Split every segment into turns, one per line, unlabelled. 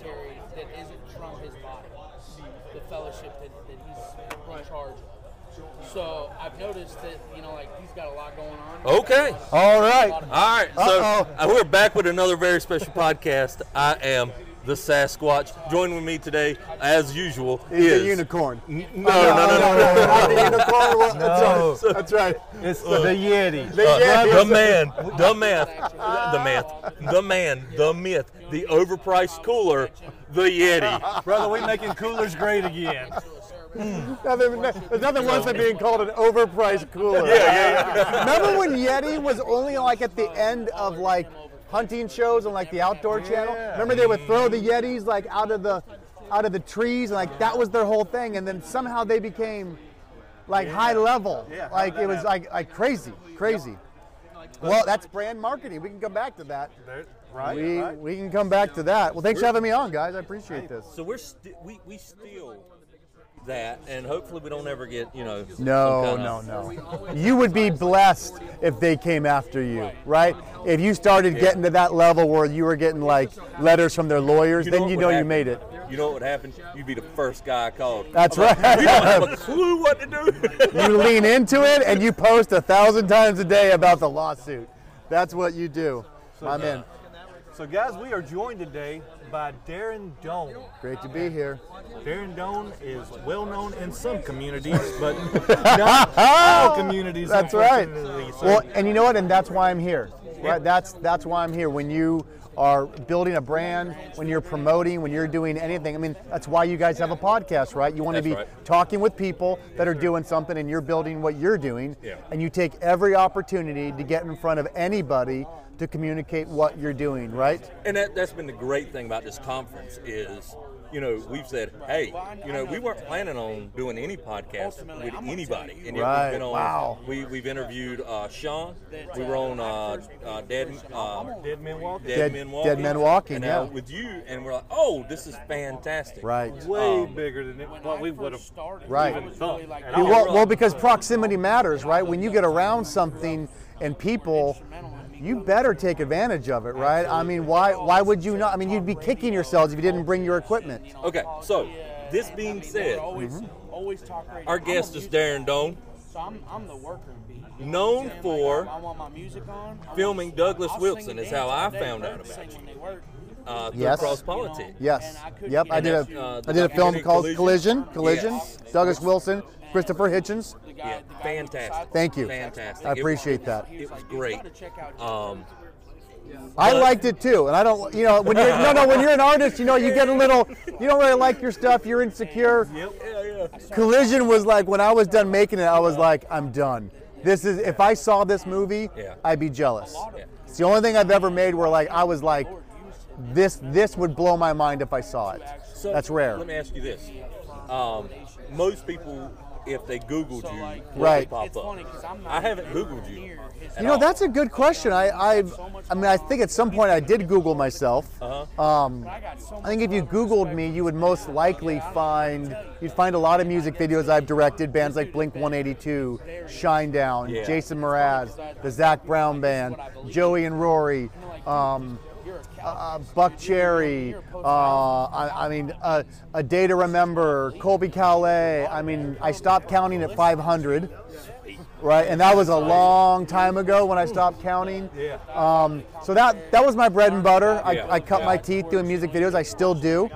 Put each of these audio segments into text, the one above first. that isn't from his body, the fellowship that, that he's in charge of. So I've noticed that you know, like he's got a lot going on.
Okay.
All right.
All right. So
Uh-oh.
uh, we're back with another very special podcast. I am the Sasquatch. Join with me today, as usual,
He's
is uh,
a unicorn.
N- No, no, no, no.
Not the unicorn. one.
No.
That's right. That's right.
It's the Yeti.
The Yeti.
Uh, the man, the myth, the myth, the man, the myth, the overpriced cooler, the Yeti.
Brother, we making coolers great again.
Nothing, there's nothing worse than being called an overpriced cooler.
Yeah, yeah, yeah.
Remember when Yeti was only like at the end of like hunting shows on like the outdoor channel? Remember they would throw the Yetis like out of the out of the trees and like that was their whole thing and then somehow they became like high level.
Yeah, how
Like
did
it
that
was
happen?
like like crazy, crazy. Well, that's brand marketing. We can come back to that.
Right.
we,
right.
we can come back to that. Well, thanks for having me on, guys. I appreciate this.
So we're sti- we we steal that, and hopefully we don't ever get you know. some
No,
kinda-
no, no. You would be blessed if they came after you, right? If you started getting to that level where you were getting like letters from their lawyers, then
what
you
would
know you
happen?
made it.
You know what would happen? You'd be the first guy I called.
That's
I'm like,
right.
You don't have a clue what to do.
You lean into it and you post a thousand times a day about the lawsuit. That's what you do. I'm in.
So, guys, we are joined today by Darren Doan.
Great to be here.
Darren Doan is well known in some communities, but not all communities.
That's right.
unfortunately. So,
Well, and you know what? And that's why I'm here. Right? That's that's why I'm here. When you are building a brand, when you're promoting, when you're doing anything. I mean, that's why you guys have a podcast, right? You want to
That's
be
right.
talking with people that are doing something and you're building what you're doing.
Yeah.
And you take every opportunity to get in front of anybody to communicate what you're doing, right?
And that, that's been the great thing about this conference is, you know, we've said, hey, you know, we weren't planning on doing any podcast with anybody. And yet
Right,
we've been on,
wow.
we, we've interviewed uh, Sean. We were on uh, uh, Dead, uh,
Dead Men Walking.
Dead,
Dead-
Men Walking.
Dead Men Walking,
And now
yeah.
with you, and we're like, oh, this is fantastic.
Right.
Way
um,
bigger than it, what
I
we would have
first started,
Right.
I was really like,
Yeah,
Well,
really.
well, because proximity matters, right? When you get around something and people, you better take advantage of it, right? I mean, why why would you not? I mean, you'd be kicking yourselves if you didn't bring your equipment.
Okay, so this being said, Mm-hmm.
always, always talk radio.
our
I'm a
guest is
music-
Darren Doan,
So I'm, I'm the worker bee.
known for
I want my music on. I want-
filming Douglas
I'll sing
Wilson,
and
is
dance
how
all
I
day,
found out
birds sing
about you.
when they work,
Uh, through
Yes.
Cross
you know,
Politics.
Yes.
and couldn't
Yep.
get
I did
into, uh,
a I
the
did a
guy-
film
documentary
called
Collision.
Collision. Collision.
Yes.
Douglas Wilson, Christopher Hitchens.
the guy-
Yeah,
the guy who
fantastic.
decided-
Thank you.
Fantastic.
I
It-
appreciate that.
He was
It was
like, "You
great.
gotta check out Joe
Um,
I liked it too, and I don't. You know, when you're no, no, when you're an artist, you know, you get a little. You don't really like your stuff. You're insecure. Collision was like when I was done making it, I was like, I'm done. This is if I saw this movie,
Yeah.
I'd be jealous.
Yeah.
It's the only thing I've ever made where like I was like, this this would blow my mind if I saw it.
So,
That's rare.
Let me ask you this: um, most people, if they Googled you, what would
Right.
pop
It's
up.
funny 'cause I'm not
I haven't
even
Googled you.
near his-
at
You know,
all.
that's a good question. I I, I mean, I think at some point I did Google myself. Um,
I got so
I think if you Googled me, you would most likely find you'd find a lot of music videos I've directed, bands like Blink 182, Shinedown,
Yeah.
Jason Mraz, the Zach Brown Band, Joey and Rory, um, uh, Buck Cherry. Uh, I, I mean, uh, a day to remember, Colby Calais. I mean, I stopped counting at 500. Right, and that was a long time ago when I stopped counting.
Yeah.
Um, so that that was my bread and butter. I,
Yeah.
I cut my
Yeah.
teeth doing music videos. I still do.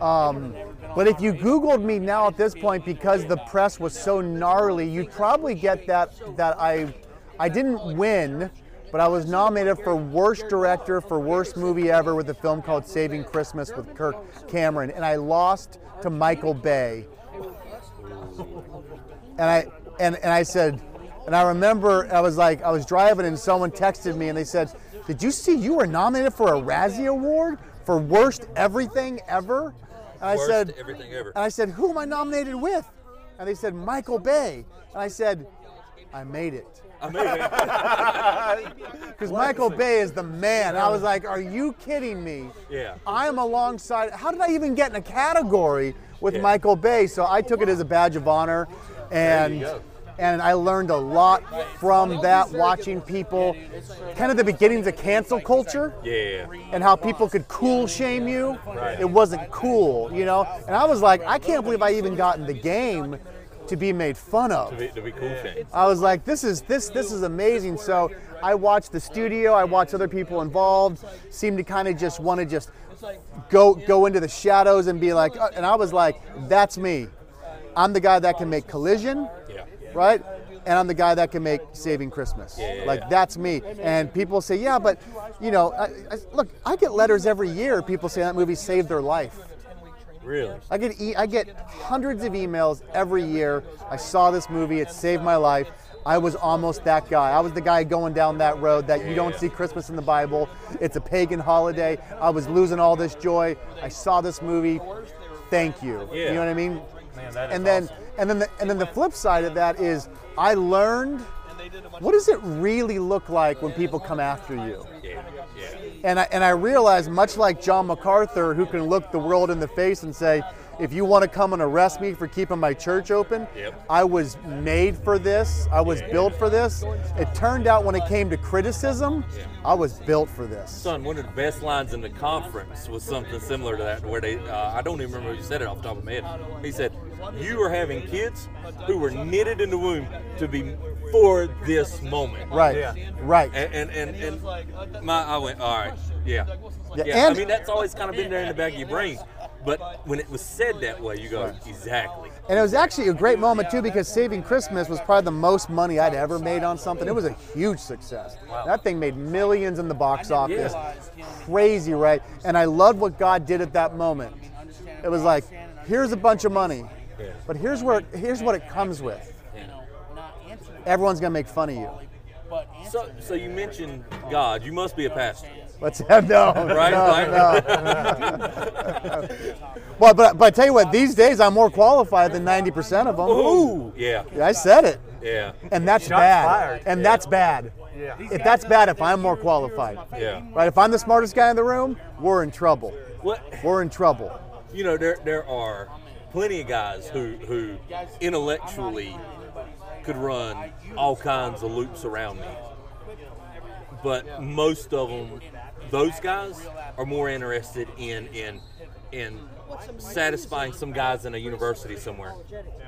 Um, but if you Googled me now at this point, because the press was so gnarly, you'd probably get that that I I didn't win, but I was nominated for worst director for worst movie ever with a film called Saving Christmas with Kirk Cameron, and I lost to Michael Bay and I and, and I said, and I remember I was like I was driving and someone texted me and they said, "Did you see you were nominated for a Razzie Award for worst everything ever?" And I
Worst
said,
everything ever.
And I said, "Who am I nominated with?" And they said, "Michael Bay." And I said, "I made it." Because Michael Bay is the man. I was like, "Are you kidding me?"
Yeah.
I'm alongside. How did I even get in a category with Michael Bay? So I took it as a badge of honor, and
go.
and I learned a lot from that watching people, kind of the beginnings of cancel culture
Yeah.
and how people could cool shame you. It wasn't cool, you know? And I was like, I can't believe I even got in the game to be made fun of.
To be, to be cool shame.
I was like, this is this this is amazing. So I watched the studio, I watched other people involved, seemed to kind of just want to just go go into the shadows and be like, uh, and I was like, that's me. I'm the guy that can make collision,
Yeah.
right? And I'm the guy that can make Saving Christmas.
Yeah.
Like that's me. And people say, yeah, but you know, I, I, look, I get letters every year. People say that movie saved their life.
Really?
I get e- I get hundreds of emails every year. I saw this movie. It saved my life. I was almost that guy. I was the guy going down that road that you don't
Yeah.
see Christmas in the Bible. It's a pagan holiday. I was losing all this joy. I saw this movie. Thank you.
Yeah.
You know what I mean?
Man, that is
and then
awesome.
and then the, and then the flip side of that is I learned what does it really look like when people come after you?
Yeah. Yeah.
And I, and I realized, much like John MacArthur, who can look the world in the face and say, if you want to come and arrest me for keeping my church open,
Yep.
I was made for this. I was built for this. It turned out when it came to criticism, I was built for this.
Son, one of the best lines in the conference was something similar to that, where they, uh, I don't even remember who said it off the top of my head. He said, You are having kids who were knitted in the womb to be for this moment.
Right.
Yeah.
Right.
And, and, and, and my, I went, All right, yeah.
Yeah,
Yeah, I
and-
mean, that's always kind of been there in the back of your brain. But when it was said that way, you go, Exactly.
And it was actually a great moment too because Saving Christmas was probably the most money I'd ever made on something. It was a huge success. That thing made millions in the box office. Crazy, right? And I loved what God did at that moment. It was like, here's a bunch of money, but here's where here's what it comes with. Everyone's gonna make fun of you.
So, so you mentioned God. You must be a pastor,
Let's have no,
right?
no,
Like-
no. Well, but but I tell you what, these days I'm more qualified than 90% of them.
Ooh, yeah,
I said it.
yeah,
And that's
Shots
bad.
fired.
And that's bad.
Yeah.
If that's bad, if I'm more qualified,
yeah.
right? If I'm the smartest guy in the room, we're in trouble.
What
We're in trouble.
you know, there there are plenty of guys who who intellectually could run all kinds of loops around me, but most of them, those guys are more interested in in in satisfying some guys in a university somewhere.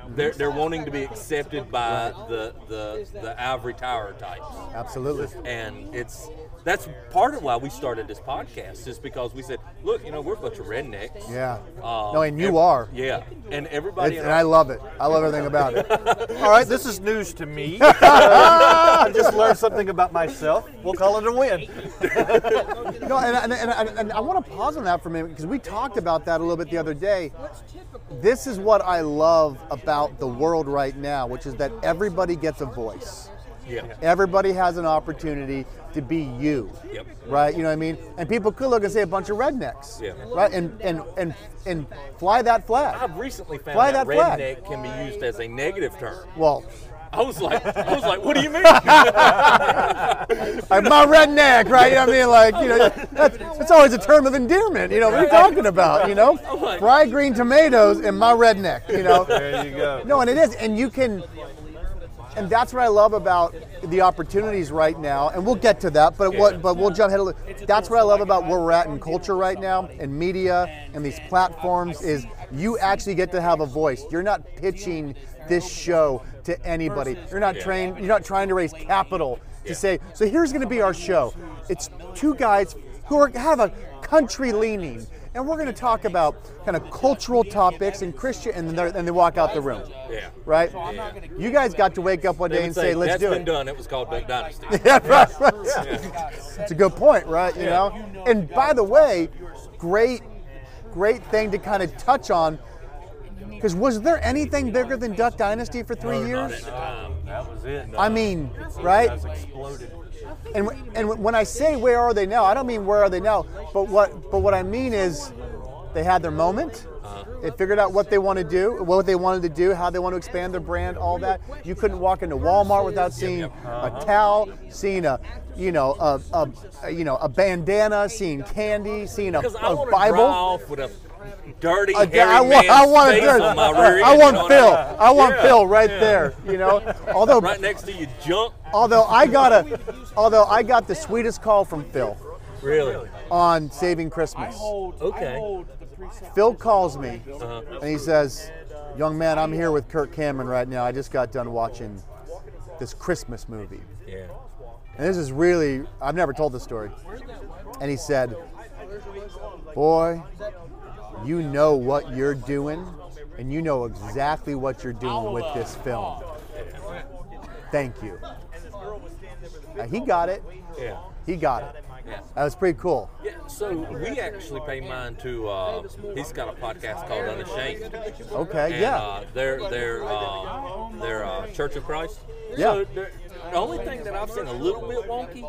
They're, they're wanting to be accepted by the the the ivory tower types.
Absolutely.
and it's that's part of why we started this podcast is because we said, look, you know, we're a bunch of rednecks.
Yeah.
Um,
No, and you
ev-
are.
Yeah, and everybody.
It's,
in
and
our-
I love it. I love everything about it.
All right, this is news to me. I just learned something about myself. We'll call it a win.
No, and, and, and, and, and I want to pause on that for a minute because we talked about that a little bit the other day. This is what I love about the world right now, which is that everybody gets a voice.
yeah.
Everybody has an opportunity to be you.
Yep.
Right? You know what I mean? And people could look and say a bunch of rednecks.
Yeah. Ah.
Right? And and and and fly that flag.
I've recently found
Fly
that
that flag.
redneck can be used as a negative term.
Well,
I was like, I was like, what do you mean?
I'm my redneck, right? You know what I mean? Like, you know, that's, that's always a term of endearment. You know, what are you talking about? You know, fry green tomatoes and my redneck. You know,
There you go.
no, and it is, and you can, and that's what I love about the opportunities right now. And we'll get to that, but what, but we'll jump ahead. A little. That's what I love about where we're at in culture right now, and media, and these platforms is you actually get to have a voice. You're not pitching this show to anybody. You're not trained. You're not trying to raise capital to say. So here's going to be our show. It's two guys who are, have a country leaning. And we're going to talk about kind of cultural topics and Christian, and, they're- and they walk out the room
yeah.
right? You guys got to wake up one
They
day and
would
say, "Let's
"That's
do
been
it."
done. It was called Duck Dynasty.
Yeah, right, right. It's a good point, right? You know. And by the way, great, great thing to kind of touch on, because was there anything bigger than Duck Dynasty for three
Not at
years?
the time.
That was it.
I mean, right?
That's exploded.
And wh- and wh- when I say where are they now, I don't mean where are they now, but what but what I mean is they had their moment. They figured out what they want to do, what they wanted to do, how they want to expand their brand, all that. You couldn't walk into Walmart without seeing
Uh-huh.
a towel, seeing a, you know, a, a, a you know, a bandana, seeing candy, seeing a,
Because I
a
want to dry
Bible.
off with a dirty,
I,
hairy
I want,
man's
I want, a
face
dirt-
on my rear end,
I
you know
want
what I
Phil.
mean?
I want
Yeah,
Phil right
yeah.
there. You know, although
Right next to you, junk.
although I got a, although I got the sweetest call from Phil
Really?
on Saving
I
Christmas.
hold.
Okay.
I hold the precept.
Phil calls me
Uh-huh.
and he says, "Young man, I'm here with Kirk Cameron right now. I just got done watching this Christmas movie,
Yeah.
and this is really I've never told this story." And he said, "Boy, you know what you're doing, and you know exactly what you're doing with this film. Thank you." Uh, he got it.
Yeah.
He got it.
Yeah.
That was pretty cool.
Yeah, so we actually pay mine to. Uh, he's got a podcast called Unashamed.
Okay,
And,
yeah.
Uh, they're they're uh, they're uh, Church of Christ.
Yeah.
So they're- the only thing that I've seen a little bit wonky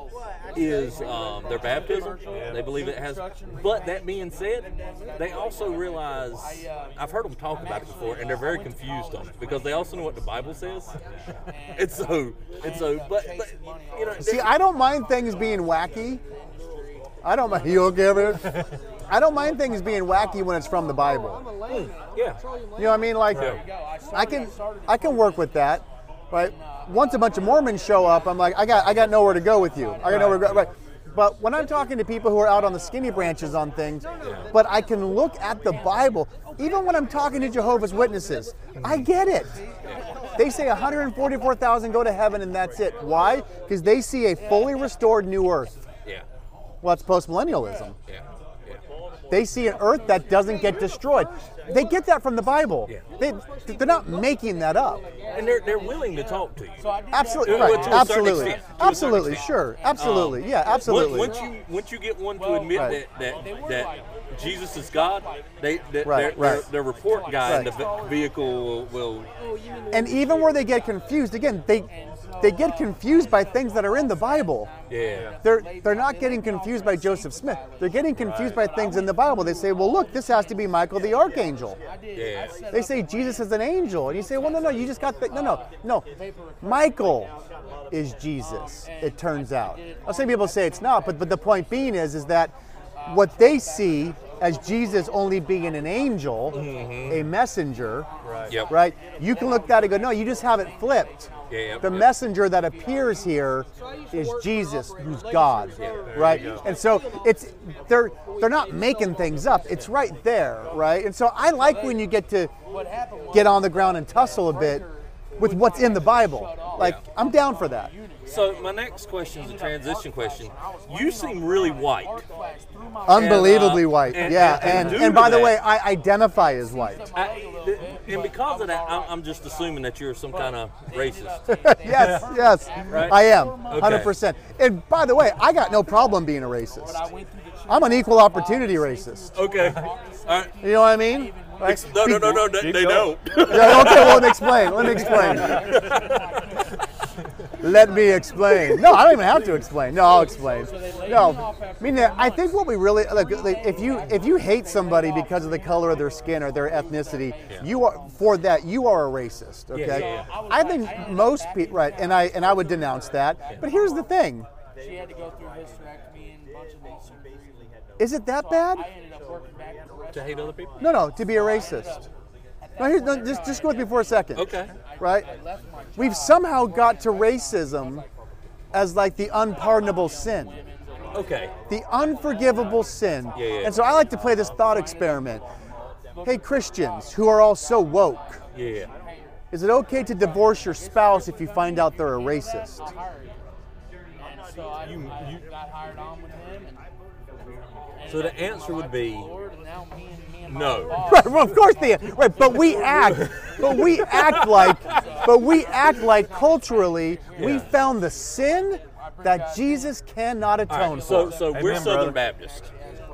is um, their baptism. They believe it has. But that being said, they also realize I've heard them talk about it before, and they're very confused on it because they also know what the Bible says. it's so it's so. But, but you know,
See, I don't mind things being wacky. I don't mind. You okay over there? I don't mind things being wacky when it's from the Bible.
yeah.
You know what I mean? Like,
Yeah.
I can I can work with that, right? Once a bunch of Mormons show up, I'm like, I got I got nowhere to go with you. I got nowhere to go. Right. But when I'm talking to people who are out on the skinny branches on things, but I can look at the Bible, even when I'm talking to Jehovah's Witnesses, I get it. They say 144,000 go to heaven and that's it. Why? Because they see a fully restored new earth.
Yeah.
Well, it's postmillennialism.
Yeah. Yeah.
They see an earth that doesn't get destroyed. They get that from the Bible.
Yeah.
They, they're not making that up.
And they're they're willing to talk to you.
Absolutely,
Yeah,
right.
well, to a certain
Absolutely,
extent. To a certain
absolutely,
extent. Um,
sure, absolutely, yeah, absolutely.
Once, once you once you get one to admit
Right.
that, that that Jesus is God, they that
Right,
their, Their,
right.
their report guy in the
Right.
ve- vehicle will, will
and even where they get confused, again, they they get confused by things that are in the Bible.
yeah
They're they're not getting confused by Joseph Smith. They're getting confused by things in the Bible. They say, well, look, this has to be Michael the archangel.
yeah
They say Jesus is an angel, and you say, well, no, no, you just got the no, no, no. Michael is Jesus. It turns out. Now, some people say it's not, but but the point being is is that what they see as Jesus only being an angel, a messenger,
yep
right? You can look at that and go, no, you just have it flipped.
Yeah, yeah.
The messenger that appears here is Jesus, who's God, right? And so it's they're they're not making things up. It's right there, right? And so I like when you get to get on the ground and tussle a bit with what's in the Bible. Like I'm down for that.
So my next question is a transition question. You seem really white.
Unbelievably white,
uh, and-
yeah.
and-
And
and
and,
due to
by the
that-
way, I identify as white.
I, th- and because of that, I'm, I'm just assuming that you're some kind of racist.
Yes, yes,
Right?
I am,
Okay.
hundred percent. And by the way, I got no problem being a racist. I'm an equal opportunity racist.
Okay. All right.
You know what I mean? Like,
Ex- No, no, no, no. They,
Keep
they
going.
don't.
Yeah, okay, well, let me explain. Let me explain. Let me explain. No, I don't even have to explain. No, I'll explain. No, I mean, I think what we really look like, if you if you hate somebody because of the color of their skin or their ethnicity, you are for that you are a racist. Okay,
yeah, yeah.
I think most people right, and I and I would denounce that. But here's the thing:
She had to go through hysterectomy and a bunch of things. so Basically, had
is it that bad?
I ended up working back at the restaurant.
To hate other people.
No, no, to be a racist. No, here, no, just just go with me for a second.
Okay.
right? We've somehow got to racism as like the unpardonable sin,
Okay.
the unforgivable sin.
Yeah, yeah.
And so I like to play this thought experiment. Hey, Christians who are all so woke,
Yeah.
is it okay to divorce your spouse if you find out they're a racist?
And so I, I got hired on with him. And,
So the answer would be
Lord, and now me and me and my
no.
Right, well, of course they right, but we act, but we act like, but we act like culturally we
Yeah.
found the sin that Jesus cannot atone
So,
for.
so we're
Amen,
Southern
brother.
Baptist,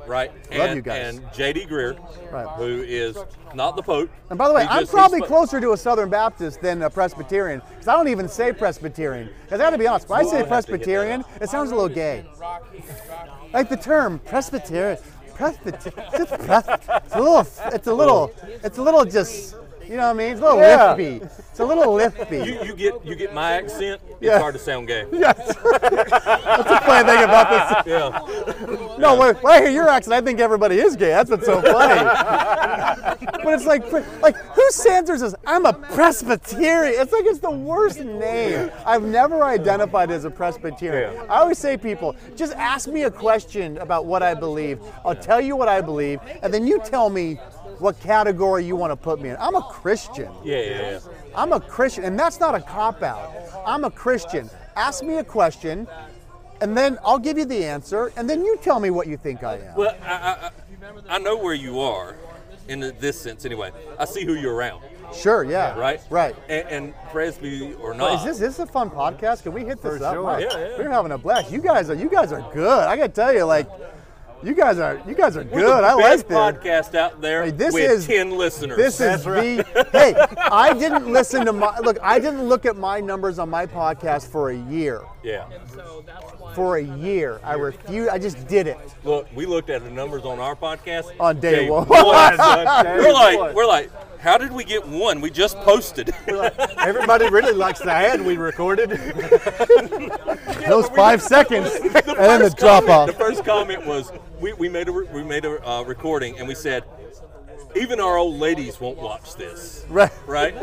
right?
Love
and,
you guys.
And J.D. Greer,
Right.
who is not the Pope.
And by the way,
He
I'm
just-
probably
he's-
closer to a Southern Baptist than a Presbyterian because I don't even say Presbyterian. Because I got to be honest, when I
We'll
say
have to get that
Presbyterian, it sounds a little gay.
Rocky, Rocky.
Like the term Presbyterian, Presbyterian, it's, a little, it's a little, it's a little just. You know what I mean? It's a little
Yeah.
lispy. It's a little lispy.
You, you get you get my accent. It's
Yeah.
hard to sound gay.
Yes. That's the funny thing about
Yeah.
this. No, when, when I hear your accent, I think everybody is gay. That's what's so funny. but it's like, pre- like who Sanders is? I'm a Presbyterian. It's like it's the worst name. I've never identified as a Presbyterian.
Yeah.
I always say people, just ask me a question about what I believe. I'll tell you what I believe, and then you tell me what category you want to put me in. I'm a Christian.
Yeah, yeah, yeah.
I'm a Christian, and that's not a cop out. I'm a Christian. Ask me a question, and then I'll give you the answer, and then you tell me what you think I am.
Well, I, I, I- I know where you are, in this sense anyway. I see who you're around,
Sure, yeah.
right?
Right.
And, and Presby or
But
not.
Is this, this is a fun podcast? Can we hit this
For
up?
sure.
Wow.
Yeah, yeah.
We're having a blast. You guys are you guys are good. I gotta tell you, like, you guys are you guys are
We're
good.
the
I like
best
this.
podcast out there
Hey, this
with
is-
ten listeners.
This is
That's
the hey. I didn't listen to my look. I didn't look at my numbers on my podcast for a year.
yeah.
For a year, I refuse. I just did it.
Look, we looked at the numbers on our podcast
On day one.
son.
Day
we're like,
one.
we're like, how did we get one? We just posted. it.
Everybody really likes the ad we recorded.
Those five seconds, and then the
First
drop
comment-
off.
The first comment was, we, we made a re- we made a uh, recording and we said, even our old ladies won't watch this.
Right.
right?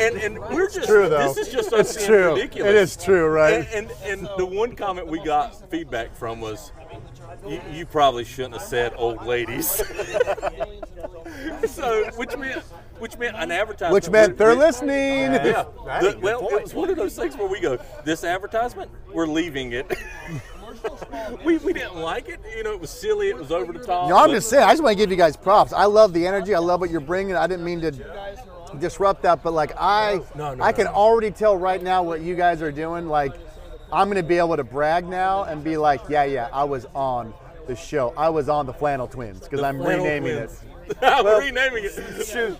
And and we're just
true, though.
this is just so
It's
damn
true.
ridiculous.
It is true, right?
And, and and the one comment we got feedback from was, you, you probably shouldn't have said old ladies. so which meant which meant an advertisement.
Which meant
we're-
they're
we-
listening.
Yeah.
That
The-
ain't good
well, it
point.
was one of those things where we go, this advertisement, we're leaving it. we, we didn't like it. You know, it was silly. It was over the top.
No, I'm
but-
just saying. I just want to give you guys props. I love the energy. I love what you're bringing. I didn't mean to disrupt that, but like I,
No, no,
I
no.
can already tell right now what you guys are doing. Like, I'm gonna be able to brag now and be like, yeah, yeah, I was on the show. I was on the Flannel Twins because I'm
Flannel
renaming
Twins.
it.
I'm renaming it.
Shoot.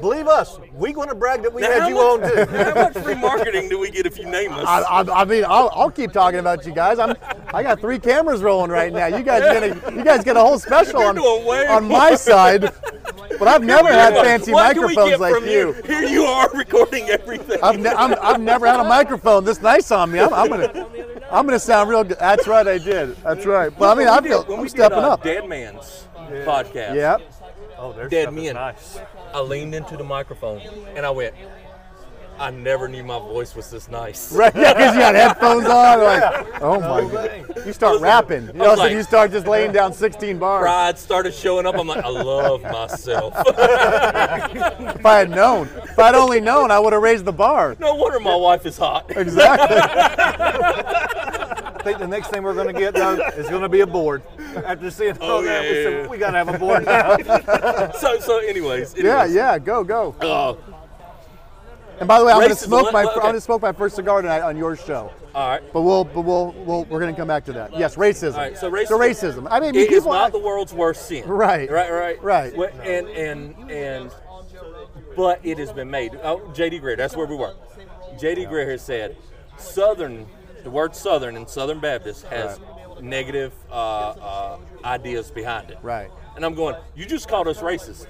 Believe us, we going to brag that we
Now,
had
how
you on
much-
too.
How much free marketing do we get if you name us?
I, I, I mean, I'll, I'll keep talking about you guys. I'm, I got three cameras rolling right now. You guys gonna, you guys get a whole special
You're
on,
doing way
on my side. But I've never had
What-
fancy
what do we
microphones
get
like
from Here you are recording everything.
I've, ne- I'm, I've never had a microphone this nice on me. I'm, I'm gonna, I'm gonna sound real good. That's right, I did. That's right. But I mean,
When
I
we
feel,
did- when
I'm
we did,
stepping
uh,
up.
Dead Man's podcast.
Yep.
Oh, there's
Dead
something
men.
Nice.
I leaned into the microphone and I went. I never knew my voice was this nice.
Right. Yeah, because you had headphones on. Like, oh my
thing.
god. You start rapping. You know,
was
so
like-
you start just laying down 16 bars.
Pride started showing up. I'm like, I love myself.
If I had known, if I'd only known, I would have raised the bar.
no wonder my wife is hot.
Exactly.
I think the next thing we're going to get though is going to be a board. After seeing all
Oh,
that,
yeah,
we
yeah,
said
yeah.
we got to have a board now.
So, so, anyways.
Yeah,
anyways
yeah. Go, go.
uh,
And by the way, I'm gonna
Racism,
smoke
let-
my,
let-
I'm gonna smoke my first cigar tonight on your show.
all right.
But we'll, but we'll, we'll we're gonna come back to that. Yes, racism.
All right, so
racism. I mean,
It
people
is not
act-
the world's worst sin.
Right.
Right. Right.
Right.
Well, And and and, but it has been made. Oh, JD Greer. That's where we were. JD Greer has said, Southern. The word Southern and Southern Baptist has negative uh, uh, ideas behind it.
Right.
And I'm going. You just called us racist.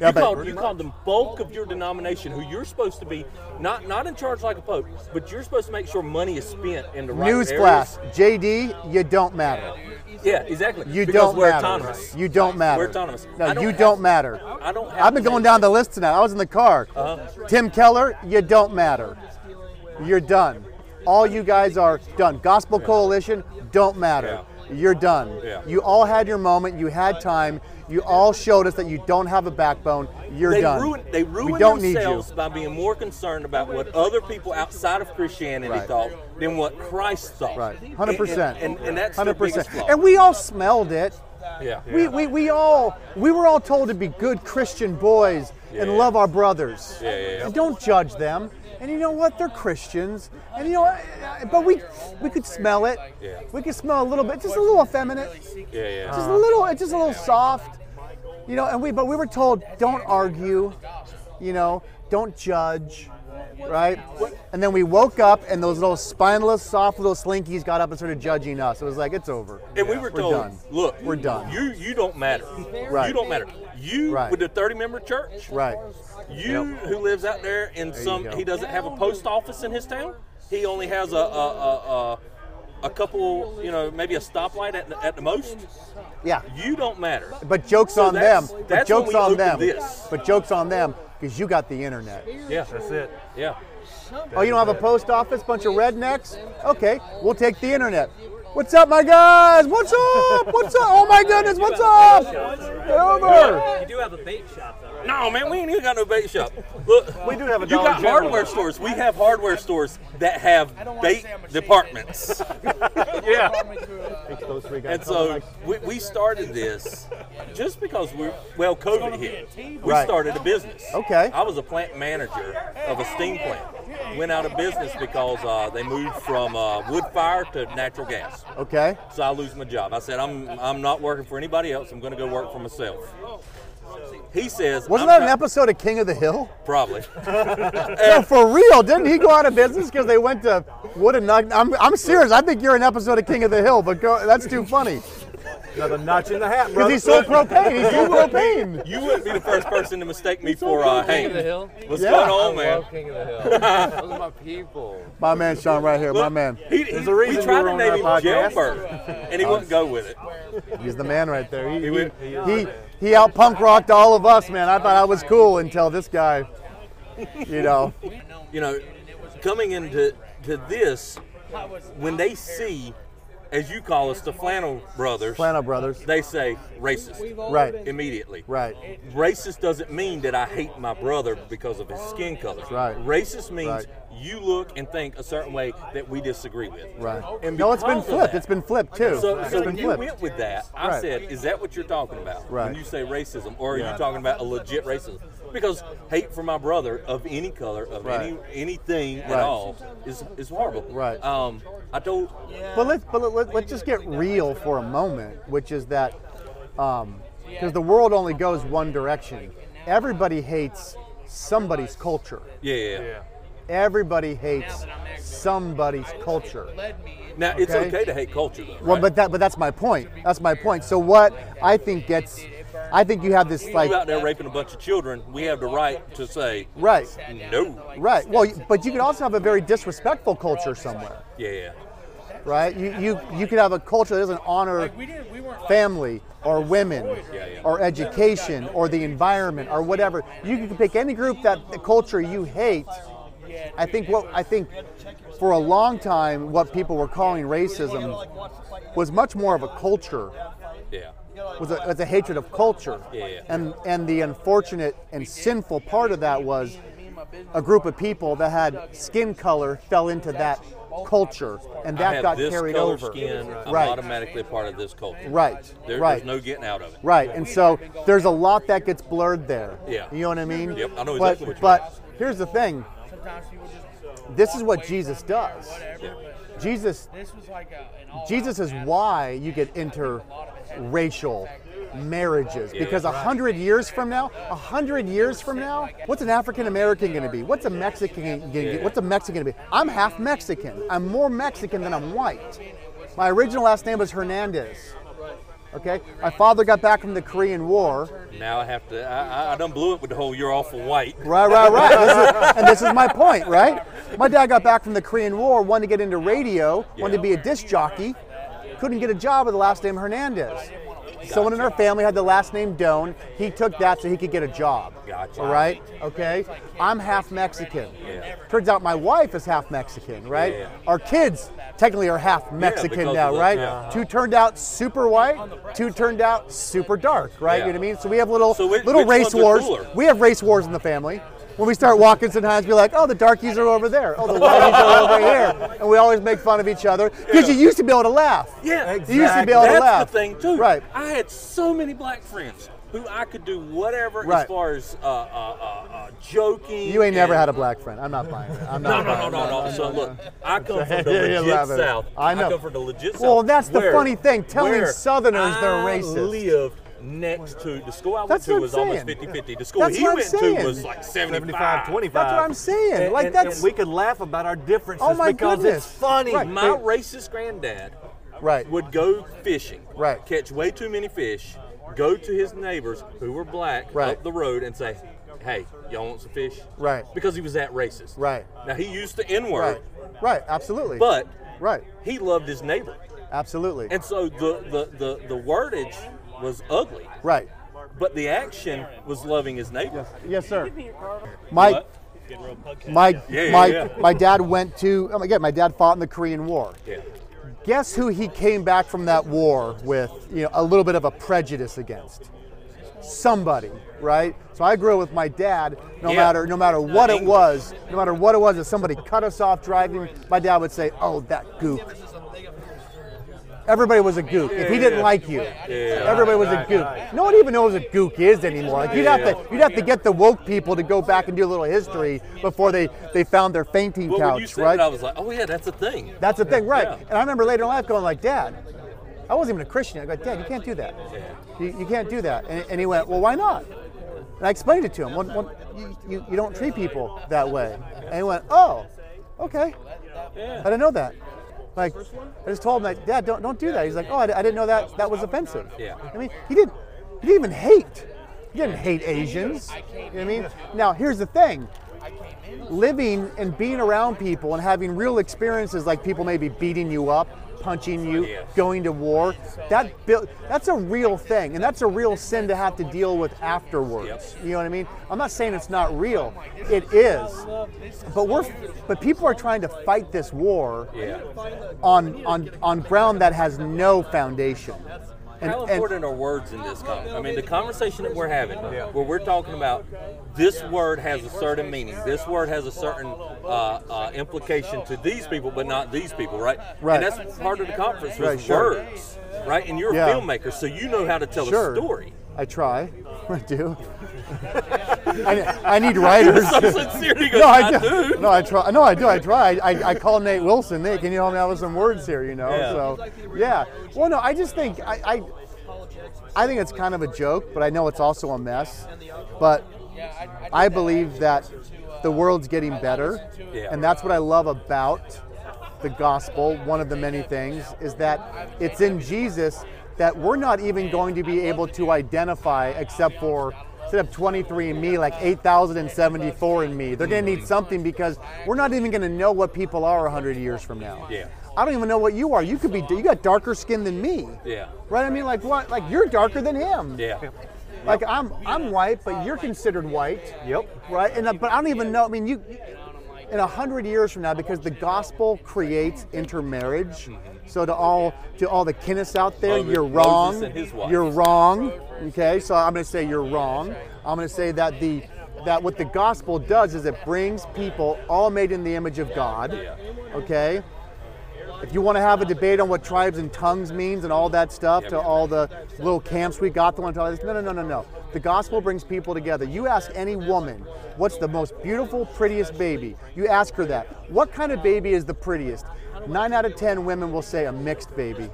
Yeah,
you
but-
called, you called the bulk of your denomination, who you're supposed to be not not in charge like a pope, but you're supposed to make sure money is spent in the right areas.
Newsflash, JD, you don't matter.
Yeah, exactly.
You
because
don't
we're
matter.
autonomous.
You don't matter.
We're autonomous.
No,
I don't
you
have-
don't matter.
I don't have
I've been
to
going
make-
down the list tonight. I was in the car.
Uh-huh.
Tim Keller, you don't matter. You're done. All you guys are done. Gospel Coalition, don't matter. You're done.
Yeah.
You all had your moment. You had time. You all showed us that you don't have a backbone. You're
They
done.
ruin, they ruin
we don't
themselves
need
by being more concerned about what other people outside of Christianity
Right.
thought than what Christ thought.
you. Right. 100%.
And, and, and that's their
Hundred
biggest
percent.
flaw.
And we all smelled it.
yeah.
We, we, we all we were all told to be good Christian boys and
Yeah.
love our brothers.
Yeah, yeah, yeah.
And don't judge them. And you know what? They're Christians. And you know, what? but we we could smell it.
Yeah.
We could smell a little bit, just a little effeminate,
yeah, yeah.
just a little, it's just a little soft. You know, and we but we were told don't argue. You know, don't judge. right? And then we woke up, and those little spineless, soft little slinkies got up and started judging us. It was like, it's over.
And we were
We're
told,
done.
look,
We're done.
You you don't matter.
Right.
You don't matter. You
Right.
with the thirty member church.
Right.
You who lives out there in some
go.
he doesn't have a post office in his town. He only has a a, a, a a couple, you know, maybe a stoplight at the, at the most.
Yeah.
You don't matter.
But jokes
So
on them.
that's-
But
that's when
jokes
we
on
opened
them.
this.
But jokes on them because you got the internet.
Yeah,
That's it.
yeah.
Oh, you don't have a post office? Bunch of rednecks? Okay, we'll take the internet. What's up, my guys? What's up? What's up? Oh my goodness, what's up? Get over.
You do have a bait shop though. Right?
No, man, we ain't even got no bait shop. Look,
We do have a
you
Dollar
got
General.
hardware stores. We have hardware stores that have
don't wanna
bait
say I'm ashamed.
departments.
Yeah.
It's
Those three guys.
And so we, we started this just because we well COVID hit. We
Right.
started a business.
Okay.
I was a plant manager of a steam plant. Went out of business because uh, they moved from uh, wood fire to natural gas.
Okay,
So I lose my job. I said I'm I'm not working for anybody else. I'm going to go work for myself. He says
wasn't
I'm
that an
not-
episode of King of the Hill?
Probably. Uh,
No, for real. Didn't he go out of business because they went to Wood and Nug? I'm, I'm serious. I think you're an episode of King of the Hill, but go, that's too funny.
Another notch in the hat, bro.
Because he sold propane. He sold propane.
You wouldn't be the first person to mistake me for uh, Hank.
King of the Hill.
What's
Yeah.
going
I
on, man?
love King of the Hill. Those are my people.
My man, Sean, right here. My man.
He, he,
a reason
we tried
you were
to
on
name him
our podcast.
Jailbird, and he wouldn't go with it.
He's the man right there. He,
went-
he, he, he out punk rocked all of us, man. I thought I was cool until this guy, you know.
You know, coming into to this, when they see, as you call us, the Flannel Brothers,
Plano Brothers.
they say racist
Right,
immediately.
right,
Racist doesn't mean that I hate my brother because of his skin color.
right.
Racist means
Right.
you look and think a certain way that we disagree with.
right.
And
No, it's been
because of
flipped.
that-
It's been flipped too.
So,
It's
so
been
when you
flipped.
went with that, I
Right.
said, "Is that what you're talking about
Right.
when you say racism, or are
Yeah.
you talking about a legit racism?" Because hate for my brother of any color, of any anything
Right.
at all, is is horrible.
Right.
Um, I told
But let's but let, let's just get real for a moment, which is that um, because the world only goes one direction. Everybody hates somebody's culture.
yeah, yeah. yeah.
Everybody hates somebody's culture.
Now it's
Okay.
okay to hate culture, though.
Well,
right?
but that but that's my point. That's my point. So what I think gets, I think you have this like
you out there raping a bunch of children, we have the right to say
right,
no.
right. Well, you- but you could also have a very disrespectful culture somewhere,
Yeah, yeah.
right? You you you could have a culture that doesn't honor
We didn't. We weren't.
family or women
Yeah, yeah.
or education or the environment or whatever. You can pick any group that the culture you hate. I think what I think for a long time what people were calling racism was much more of a culture
yeah.
was a, was a hatred of culture.
Yeah, yeah.
And and the unfortunate and sinful part of that was a group of people that had skin color fell into that culture, and
I
that
have
got
this
carried
color
over.
skin. I'm
Right.
automatically part of this culture.
Right.
There,
right.
There's no getting out of it.
Right, and so there's a lot that gets blurred there.
Yeah.
You know what I mean?
Yep, I know exactly
but,
what you mean.
But here's the thing
Sometimes people just.
This is
walk
what
away
Jesus
from it or
does.
whatever, but
Jesus
This was like a, an all-out
Jesus is
battle.
why you get interracial marriages because a hundred years from now, a hundred years from now, what's an African American going to be? What's a Mexican going to be? What's a Mexican going to be? I'm half Mexican. I'm more Mexican than I'm white. My original last name was Hernandez. Okay, my father got back from the Korean War.
Now I have to. I, I, I done blew it with the whole "you're awful white."
Right, right, right. This is, and this is my point, right? My dad got back from the Korean War, wanted to get into radio, wanted to be a disc jockey, couldn't get a job with the last name Hernandez. Someone in our family had the last name Doan. He took that so he could get a job.
Gotcha.
All right? Okay? I'm half Mexican.
Yeah.
Turns out my wife is half Mexican, right?
Yeah.
Our kids technically are half Mexican
because
now,
of the-
right?
yeah.
Two turned out super white, two turned out super dark, right? You
Yeah.
know what I mean? So we have little
So which-
little
which
race
ones are
wars.
cooler?
We have race wars in the family. When we start walking, sometimes we're like, "Oh, the darkies are over there. Oh, the whiteies are over here," and we always make fun of each other because you used to be able to laugh.
Yeah,
You used to be able to
That's
laugh.
the thing too.
Right.
I had so many black friends who I could do whatever
Right.
as far as uh, uh, uh, uh, joking.
You ain't never
and-
had a black friend. I'm not buying it. I'm
No, no,
not.
no,
buying
no,
it.
no. so look, I come from the
Yeah, yeah,
legit
laugh at it.
South.
I know.
come from the legit South.
Well, that's the
where-
funny thing, telling
where
Southerners they're
I
racist.
lived next to the school I went
That's
to
what I'm
was almost
saying.
50 50. The school
That's
he
what I'm
went
saying.
to was like 75
75, 25.
That's what I'm saying.
And-
like
and-
that's
and we could laugh about our differences
Oh my
because
goodness.
it's funny.
Right.
My racist granddad
right.
would go fishing,
Right.
catch way too many fish, go to his neighbors who were black
Right.
up the road and say, hey, y'all want some fish?
Right.
Because he was that racist.
Right.
Now, he used the N word,
Right. Right. Absolutely.
but
right.
he loved his neighbor.
Absolutely.
And so the, the, the, the wordage was ugly,
right.
but the action was loving his neighbor.
Yes, sir. Mike.
What?
Mike,
Yeah, yeah,
Mike,
yeah.
my dad went to. Um, again, my dad fought in the Korean War.
Yeah.
Guess who he came back from that war with? You know, a little bit of a prejudice against somebody, right? So I grew up with my dad. No
Yeah.
matter no matter what it
English.
was, no matter what it was, if somebody cut us off driving, my dad would say, "Oh, that gook." Everybody was a gook. If he didn't like you, everybody was a gook. No one even knows what gook is anymore. Like you'd have to you'd have to get the woke people to go back and do a little history before they they found their fainting
But when you
couch,
said
right?
that, I was like, oh, yeah, that's a thing.
That's the thing, right?
Yeah.
And I remember later in life going like, Dad, I wasn't even a Christian. I go, Dad, you can't do that. You, you can't do that. And, and he went, Well, why not? And I explained it to him. Well, well, you, you, you don't treat people that way. And he went, Oh, okay. I didn't know that. Like, I just told him like, Dad, don't don't do that. He's like, Oh, I, di- I didn't know that. That was offensive.
Yeah.
I mean, he didn't he didn't even hate. He didn't hate Asians. You know what I mean? Now here's the thing living and being around people and having real experiences like people maybe beating you up punching you
Yes.
going to war that built that's a real thing and that's a real sin to have to deal with afterwards you know what i mean i'm not saying it's not real it is but we're but people are trying to fight this war
Yeah.
on on on ground that has no foundation and,
How
and
important are words in this? Con- I mean, the conversation that we're having, where we're talking about this word has a certain meaning, this word has a certain uh, uh, implication to these people, but not these people, right?
Right.
And that's part of the conference was
Right, sure.
words, right? And you're
Yeah.
a filmmaker, so you know how to tell
sure
a story.
i try i do I, I need writers
So sincere, he goes,
no,
I,
I, do.
do.
No, I try. No, I do. I try. I, I, I call Nate Wilson. Nate, can you help me out with some words here? You know.
Yeah.
So yeah. Well, no, I just think I, I, I think it's kind of a joke, but I know it's also a mess. But I believe that the world's getting better,
Yeah.
and that's what I love about the gospel. One of the many things is that it's in Jesus that we're not even going to be able to identify except for instead of 23 and me like 8074 and me they're going to
Mm-hmm.
need something because we're not even going to know what people are 100 years from now
Yeah.
i don't even know what you are you could be you got darker skin than me
Yeah.
right i mean like what like you're darker than him
Yeah.
like i'm i'm white but you're considered white
Yep.
right? And uh, but I don't even know. I mean, you in a hundred years from now, because the gospel creates intermarriage. So to all to all the kinnis out there,
Mm-hmm. Moses-
you're
Moses
wrong.
and his wife.
You're wrong. Okay, so I'm going to say you're wrong. I'm going to say that the that what the gospel does is it brings people all made in the image of God. Okay. If you want to have a debate on what tribes and tongues means and all that stuff, to all the little camps we got, the one talking, no, no, no, no, no. The gospel brings people together. You ask any woman, what's the most beautiful, prettiest baby? You ask her that. What kind of baby is the prettiest? Nine out of ten women will say a mixed baby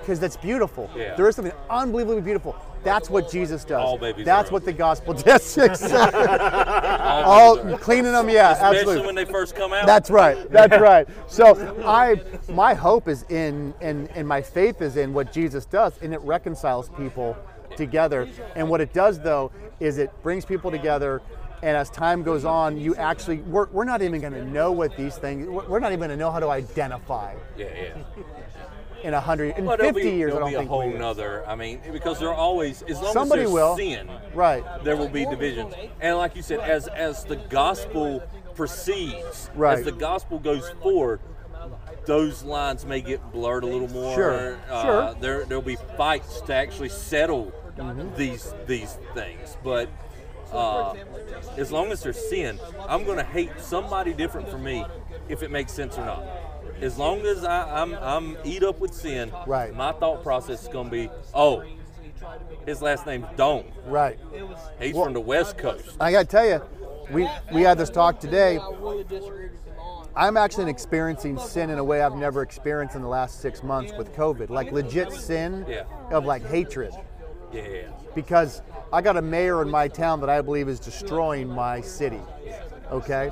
because that's beautiful.
Hmm. Yeah.
There is something unbelievably beautiful. That's what Jesus does.
All babies
that's
are
what the gospel does. exactly.
All
All
babies are-
cleaning them, yeah,
Uh, Especially
absolutely.
when they first come out.
That's right. That's right. So I, my hope is in, and and my faith is in what Jesus does, and it reconciles people together. And what it does though is it brings people together. And as time goes on, you actually we're, we're not even going to know what these things. We're we're not even going to know how to identify
yeah, yeah.
in a hundred, in
Well, there'll
fifty
be,
years. I
there'll
don't
be a
think
whole
we-
nother. I mean, because there are always as long
Somebody
as there's
will.
sin,
Right.
there will be divisions. And like you said, as as the gospel proceeds,
Right.
as the gospel goes forward, those lines may get blurred a little more.
Sure,
Uh,
sure. Mm-hmm.
There there'll be fights to actually settle these these things, but. Uh, as long as there's sin, I'm going to hate somebody different from me if it makes sense or not. As long as I, I'm, I'm eat up with sin,
Right.
my thought process is going to be, oh, his last name's Don.
Right.
He's from the West Coast.
I got to tell you, we we had this talk today.
I really disagree with him on.
I'm actually experiencing sin in a way I've never experienced in the last six months with COVID. Like legit sin
Yeah.
of like hatred.
Yeah, yeah,
because I got a mayor in my town that I believe is destroying my city. Okay?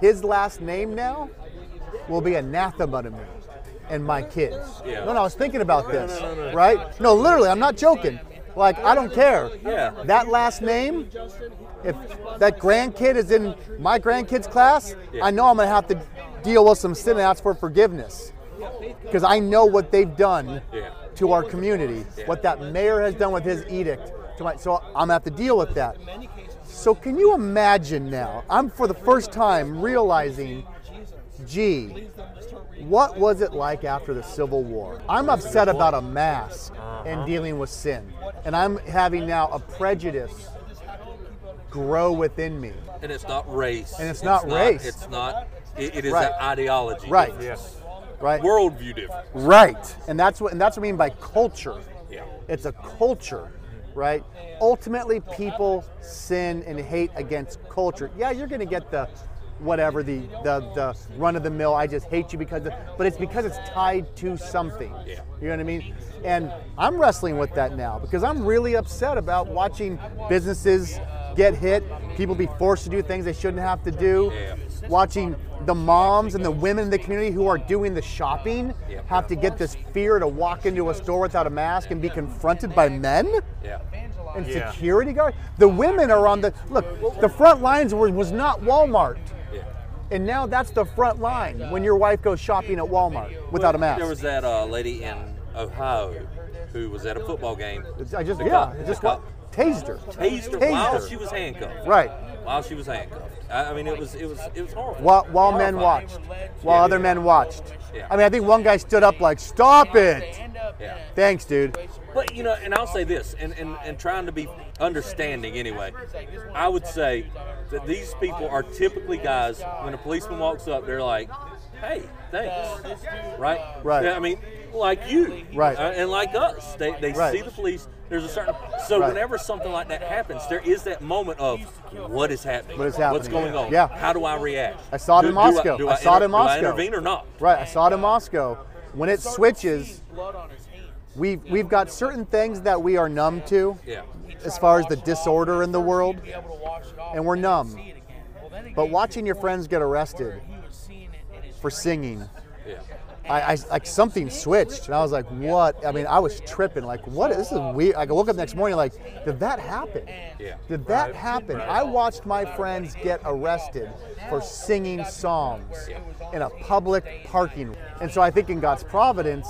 His last name now will be anathema to me and my kids.
Yeah.
No, no, I was thinking about this,
no, no.
right? No, literally, I'm not joking. Like, I don't care.
Yeah.
That last name, if that grandkid is in my grandkid's class, I know I'm going to have to deal with some sin and ask for forgiveness because I know what they've done
Yeah.
to our community, what that mayor has done with his edict. To my, so I'm gonna have to deal with that. So can you imagine now? I'm for the first time realizing, gee, what was it like after the Civil War? I'm upset about a mask
Uh-huh.
and dealing with sin, and I'm having now a prejudice grow within me.
And it's not race.
And it's not race.
It's not. It, it is
Right.
an ideology.
Right.
difference.
Right.
Worldview difference.
Right. And that's what and that's what I mean by culture.
Yeah.
It's a culture, right? Ultimately, people sin and hate against culture. Yeah, you're going to get the whatever the the, the run of the mill. I just hate you because, of, but it's because it's tied to something.
Yeah.
You know what I mean? And I'm wrestling with that now because I'm really upset about watching businesses get hit, people be forced to do things they shouldn't have to do,
Yeah.
watching the moms and the women in the community who are doing the shopping
Yep.
have to get this fear to walk into a store without a mask and be confronted by men
Yeah.
and
Yeah.
security guards. The women are on the look. The front lines were, was not Walmart,
Yeah.
and now that's the front line when your wife goes shopping at Walmart without a
There was
mask.
that uh, lady in Ohio who was at a football game.
I just
The
yeah,
cop-
I just
the
what
cop
tased her.
Tased her while she was handcuffed.
right.
While she was handcuffed. I, I mean, it was it was it was horrible.
While, while men watched, while
Yeah.
other men watched.
Yeah.
I mean, I think one guy stood up like, "Stop it!"
Yeah.
Thanks, dude.
But you know, and I'll say this, and, and, and trying to be understanding anyway, I would say that these people are typically guys. When a policeman walks up, they're like, "Hey, thanks," right?
Right.
Yeah, I mean, like you,
Right.
Uh, and like us, they, they
Right.
see the police. There's a certain so
Right.
whenever something like that happens, there is that moment of what is happening,
What is
what's
happening?
going on,
Yeah.
how do I react?
I saw it in
Do- do I-
Moscow.
Do
I
I,
saw it in
inter- do I
Moscow.
intervene or not?
Right. I saw
uh,
it in Moscow. When it switches,
blood on his hands.
we've we've got certain things that we are numb to.
Yeah.
as far as the disorder in the world,
Be able to wash it off
and we're
then
numb.
see it again. Well, then
but
again,
watching your friends get arrested
he was seeing it in his
for singing,
Yeah.
I, I like something switched, and I was like, "What?" I mean, I was tripping. Like, "What? This is weird." Like, I woke up next morning, like, "Did that happen?
Yeah.
Did that happen?" I watched my friends get arrested for singing psalms in a public parking, and so I think in God's providence,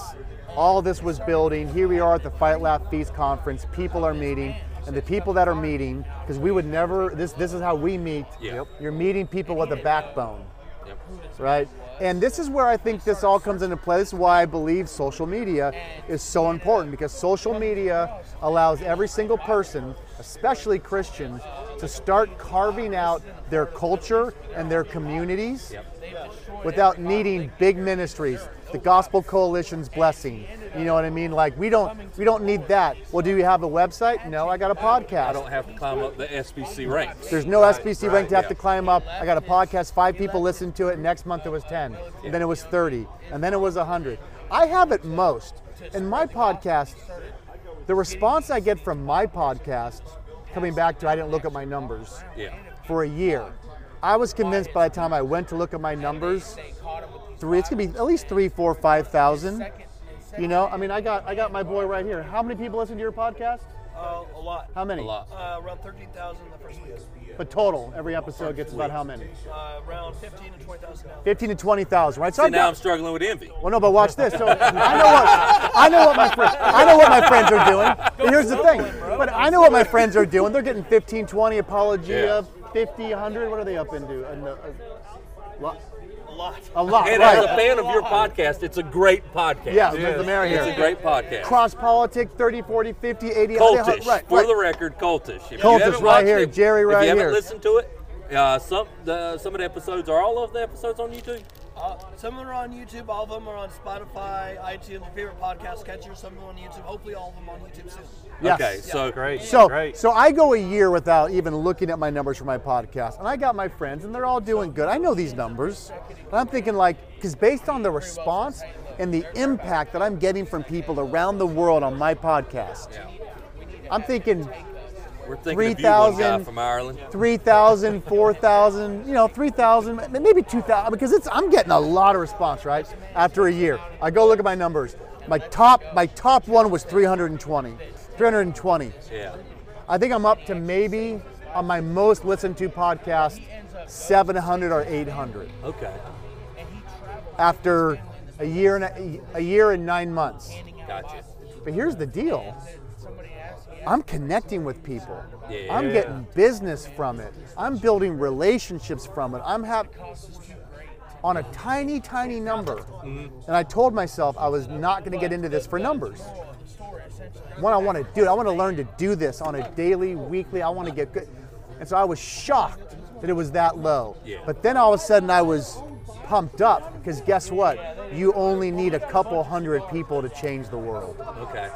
all this was building. Here we are at the Fight Laugh Feast conference. People are meeting, and the people that are meeting, because we would never. This this is how we meet.
Yeah. Yep.
You're meeting people with a backbone
Yep.
right? And this is where I think this all comes into play. This is why I believe social media is so important because social media allows every single person, especially Christians, to start carving out their culture and their communities without needing big ministries. The Gospel Coalition's blessing. You know what I mean? Like we don't we don't need that. Well, do you have a website? No, I got a podcast.
I don't have to climb up the SBC ranks.
There's no SBC rank to have to climb up. I got a podcast, five people listened to it. Next month it was 10. And then it was 30. And then it was 100. I have at most. And my podcast, the response I get from my podcast, coming back to I didn't look at my numbers
Yeah.
for a year, I was convinced by the time I went to look at my numbers, three, it's gonna be at least three, four, five thousand. You know, I mean, I got I got my boy right here. How many people listen to your podcast?
Uh, a lot.
How many?
A lot.
Uh, around 13,000 the first week.
But total, every episode gets about how many?
Uh, around 15 to 20,000 now.
15 to 20,000, right? So
See,
I've
now
got-
I'm struggling with envy.
Well, no, but watch this. So I know what I know what my friends I know what my friends are doing. But here's the thing. But I know what my friends are doing. They're getting 15, 20 apologia, 50, 100. What are they up into? And, uh, a lot.
A lot.
A lot,
And as a
right?
fan of your podcast, it's a great podcast.
Yeah, with the mayor
It's
here.
a great podcast.
Cross politic, 30, 40, 50, 80.
Cultish,
Right, right.
for the record, Cultish. If
Cultish,
you haven't
right
watched
here,
it,
Jerry
If
right
you
here.
haven't listened to it, uh, some the, some of the episodes are all of the episodes on YouTube.
Uh, some of them are on YouTube, all of them are on Spotify, iTunes, your favorite podcast catcher, some of them on YouTube. Hopefully, all of them on YouTube soon.
Yes.
Okay, so
Great.
So,
Great.
so I go a year without even looking at my numbers for my podcast, and I got my friends, and they're all doing good. I know these numbers, and I'm thinking like, because based on the response and the impact that I'm getting from people around the world on my podcast, I'm thinking
We're thinking of you, one guy
3,000
from Ireland.
3,000, 4,000, you know, 3,000, m- maybe 2,000, because it's I'm getting a lot of response, right? After a year, I go look at my numbers. My top, my top one was 320, 320.
Yeah.
I think I'm up to maybe on my most listened to podcast, 700 or 800
Okay.
after a year and a, a year and nine months.
Gotcha.
But here's the deal. I'm connecting with people.
Yeah.
I'm getting business from it. I'm building relationships from it. I'm have on a tiny, tiny number.
Mm-hmm.
And I told myself I was not going to get into this for numbers. What I want to do, I want to learn to do this on a daily, weekly. I want to get good. And so I was shocked that it was that low.
Yeah.
But then all of a sudden I was pumped up because guess what? You only need a couple hundred people to change the world.
Okay.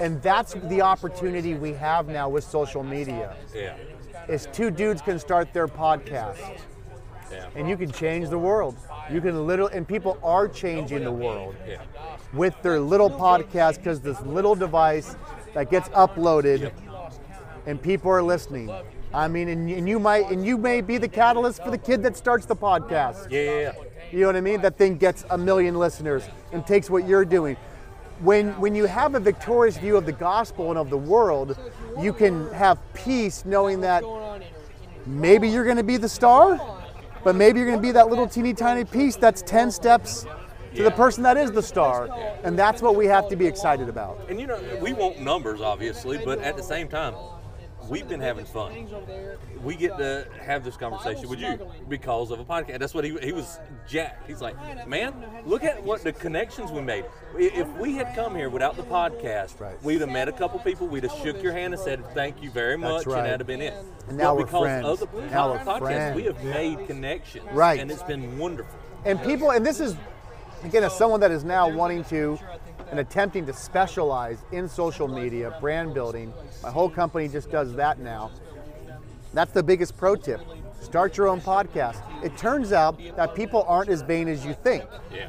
And that's the opportunity we have now with social media.
Yeah.
Is two dudes can start their podcast
Yeah.
and you can change the world. You can literally and people are changing the world
Yeah.
with their little podcast cuz this little device that gets uploaded and people are listening. I mean and, and you might and you may be the catalyst for the kid that starts the podcast.
Yeah. Yeah.
You know what I mean? That thing gets a million listeners and takes what you're doing. When when you have a victorious view of the gospel and of the world, you can have peace knowing that maybe you're going to be the star, but maybe you're going to be that little teeny tiny piece that's 10 steps to the person that is the star. And that's what we have to be excited about.
And you know, we want numbers, obviously, but at the same time, we've been having fun. We get to have this conversation with you because of a podcast. That's what he, he was jacked. He's like, man, look at what the connections we made. I- If we had come here without the podcast,
Right.
we'd have met a couple people, we'd have shook your hand and said, thank you very much,
right.
and that'd have been it.
And now
but
we're
because of
friends.
the
Now we're
podcast,
friends.
we have made connections.
Right.
And it's been wonderful.
And people, and this is, again, as someone that is now wanting to and attempting to specialize in social media, brand building, my whole company just does that now. That's the biggest pro tip. Start your own podcast. It turns out that people aren't as vain as you think.
Yeah.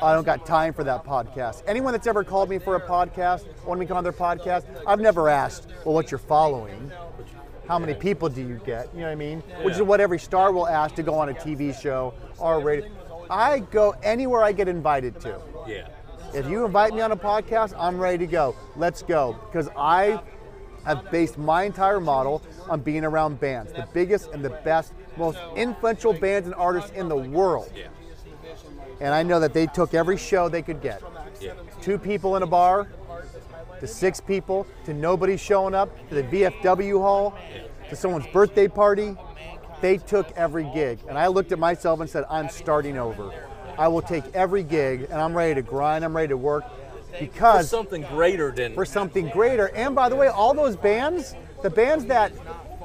I don't got time for that podcast. Anyone that's ever called me for a podcast, wanted me to come on their podcast, I've never asked, well, what's your following? How many people do you get? You know what I mean? Which is what every star will ask to go on a TV show or a radio. I go anywhere I get invited to.
Yeah.
If you invite me on a podcast, I'm ready to go. Let's go. Because I have based my entire model on being around bands, the biggest and the best, most influential bands and artists in the world.
Yeah.
And I know that they took every show they could get
Yeah.
two people in a bar to six people to nobody showing up to the VFW hall to someone's birthday party. They took every gig. And I looked at myself and said, I'm starting over. I will take every gig and I'm ready to grind, I'm ready to work because
Something greater than
for something greater. And by the way, all those bands, the bands that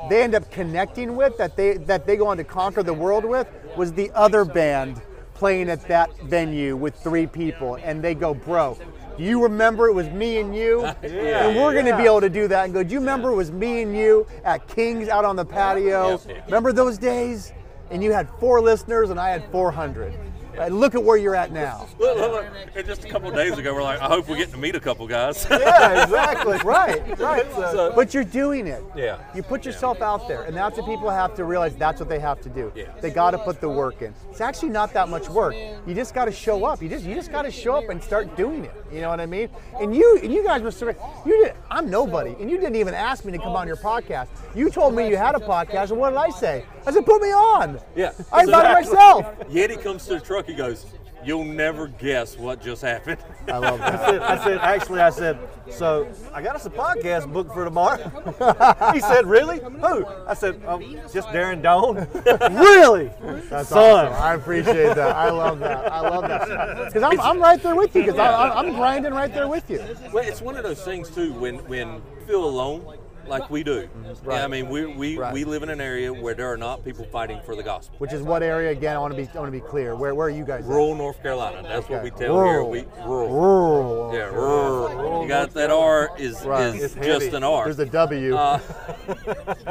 they end up connecting with, that they that they go on to conquer the world with, was the other band playing at that venue with three people, and they go, bro. Do you remember it was me and you? and we're going to be able to do that and go, do you remember it was me and you at King's out on the patio?
Yeah.
Remember those days? And you had four listeners and I had 400. Right, look at where you're at now.
Look, look, look. And just a couple of days ago, we're like, I hope we get to meet a couple guys.
yeah, exactly. right, right.
So-
but you're doing it.
Yeah.
You put yourself out there, and that's what people have to realize. That's what they have to do.
Yeah.
They got to put the work in. It's actually not that much work. You just got to show up. You just you just got to show up and start doing it. You know what I mean? And you and you guys were sort of- you did. I'm nobody, and you didn't even ask me to come on your podcast. You told me you had a podcast, and what did I say? I said, put me on.
Yeah.
I invited myself.
Yeti comes to the truck. He goes, "You'll never guess what just happened."
I love that.
I said, I said, actually, I said, so I got us a podcast booked for tomorrow. he said, really? Who? I said, oh, just Darren Doan. really?
That's
Son.
awesome. I appreciate that. I love that. I love that. Because I'm, I'm right there with you. Because I'm grinding right there with you.
well, it's one of those things too. When when you feel alone, like we do. Right. I mean, we we,
Right.
we live in an area where there are not people fighting for the gospel.
Which is what area again? I want to be. I want to be clear. Where Where are you guys? at?
Rural North Carolina. That's what we
Okay.
tell
Rural.
here. We rural.
Rural.
Yeah, rural. You got that R is
Right.
is
It's
just an R,
There's a W.
Uh.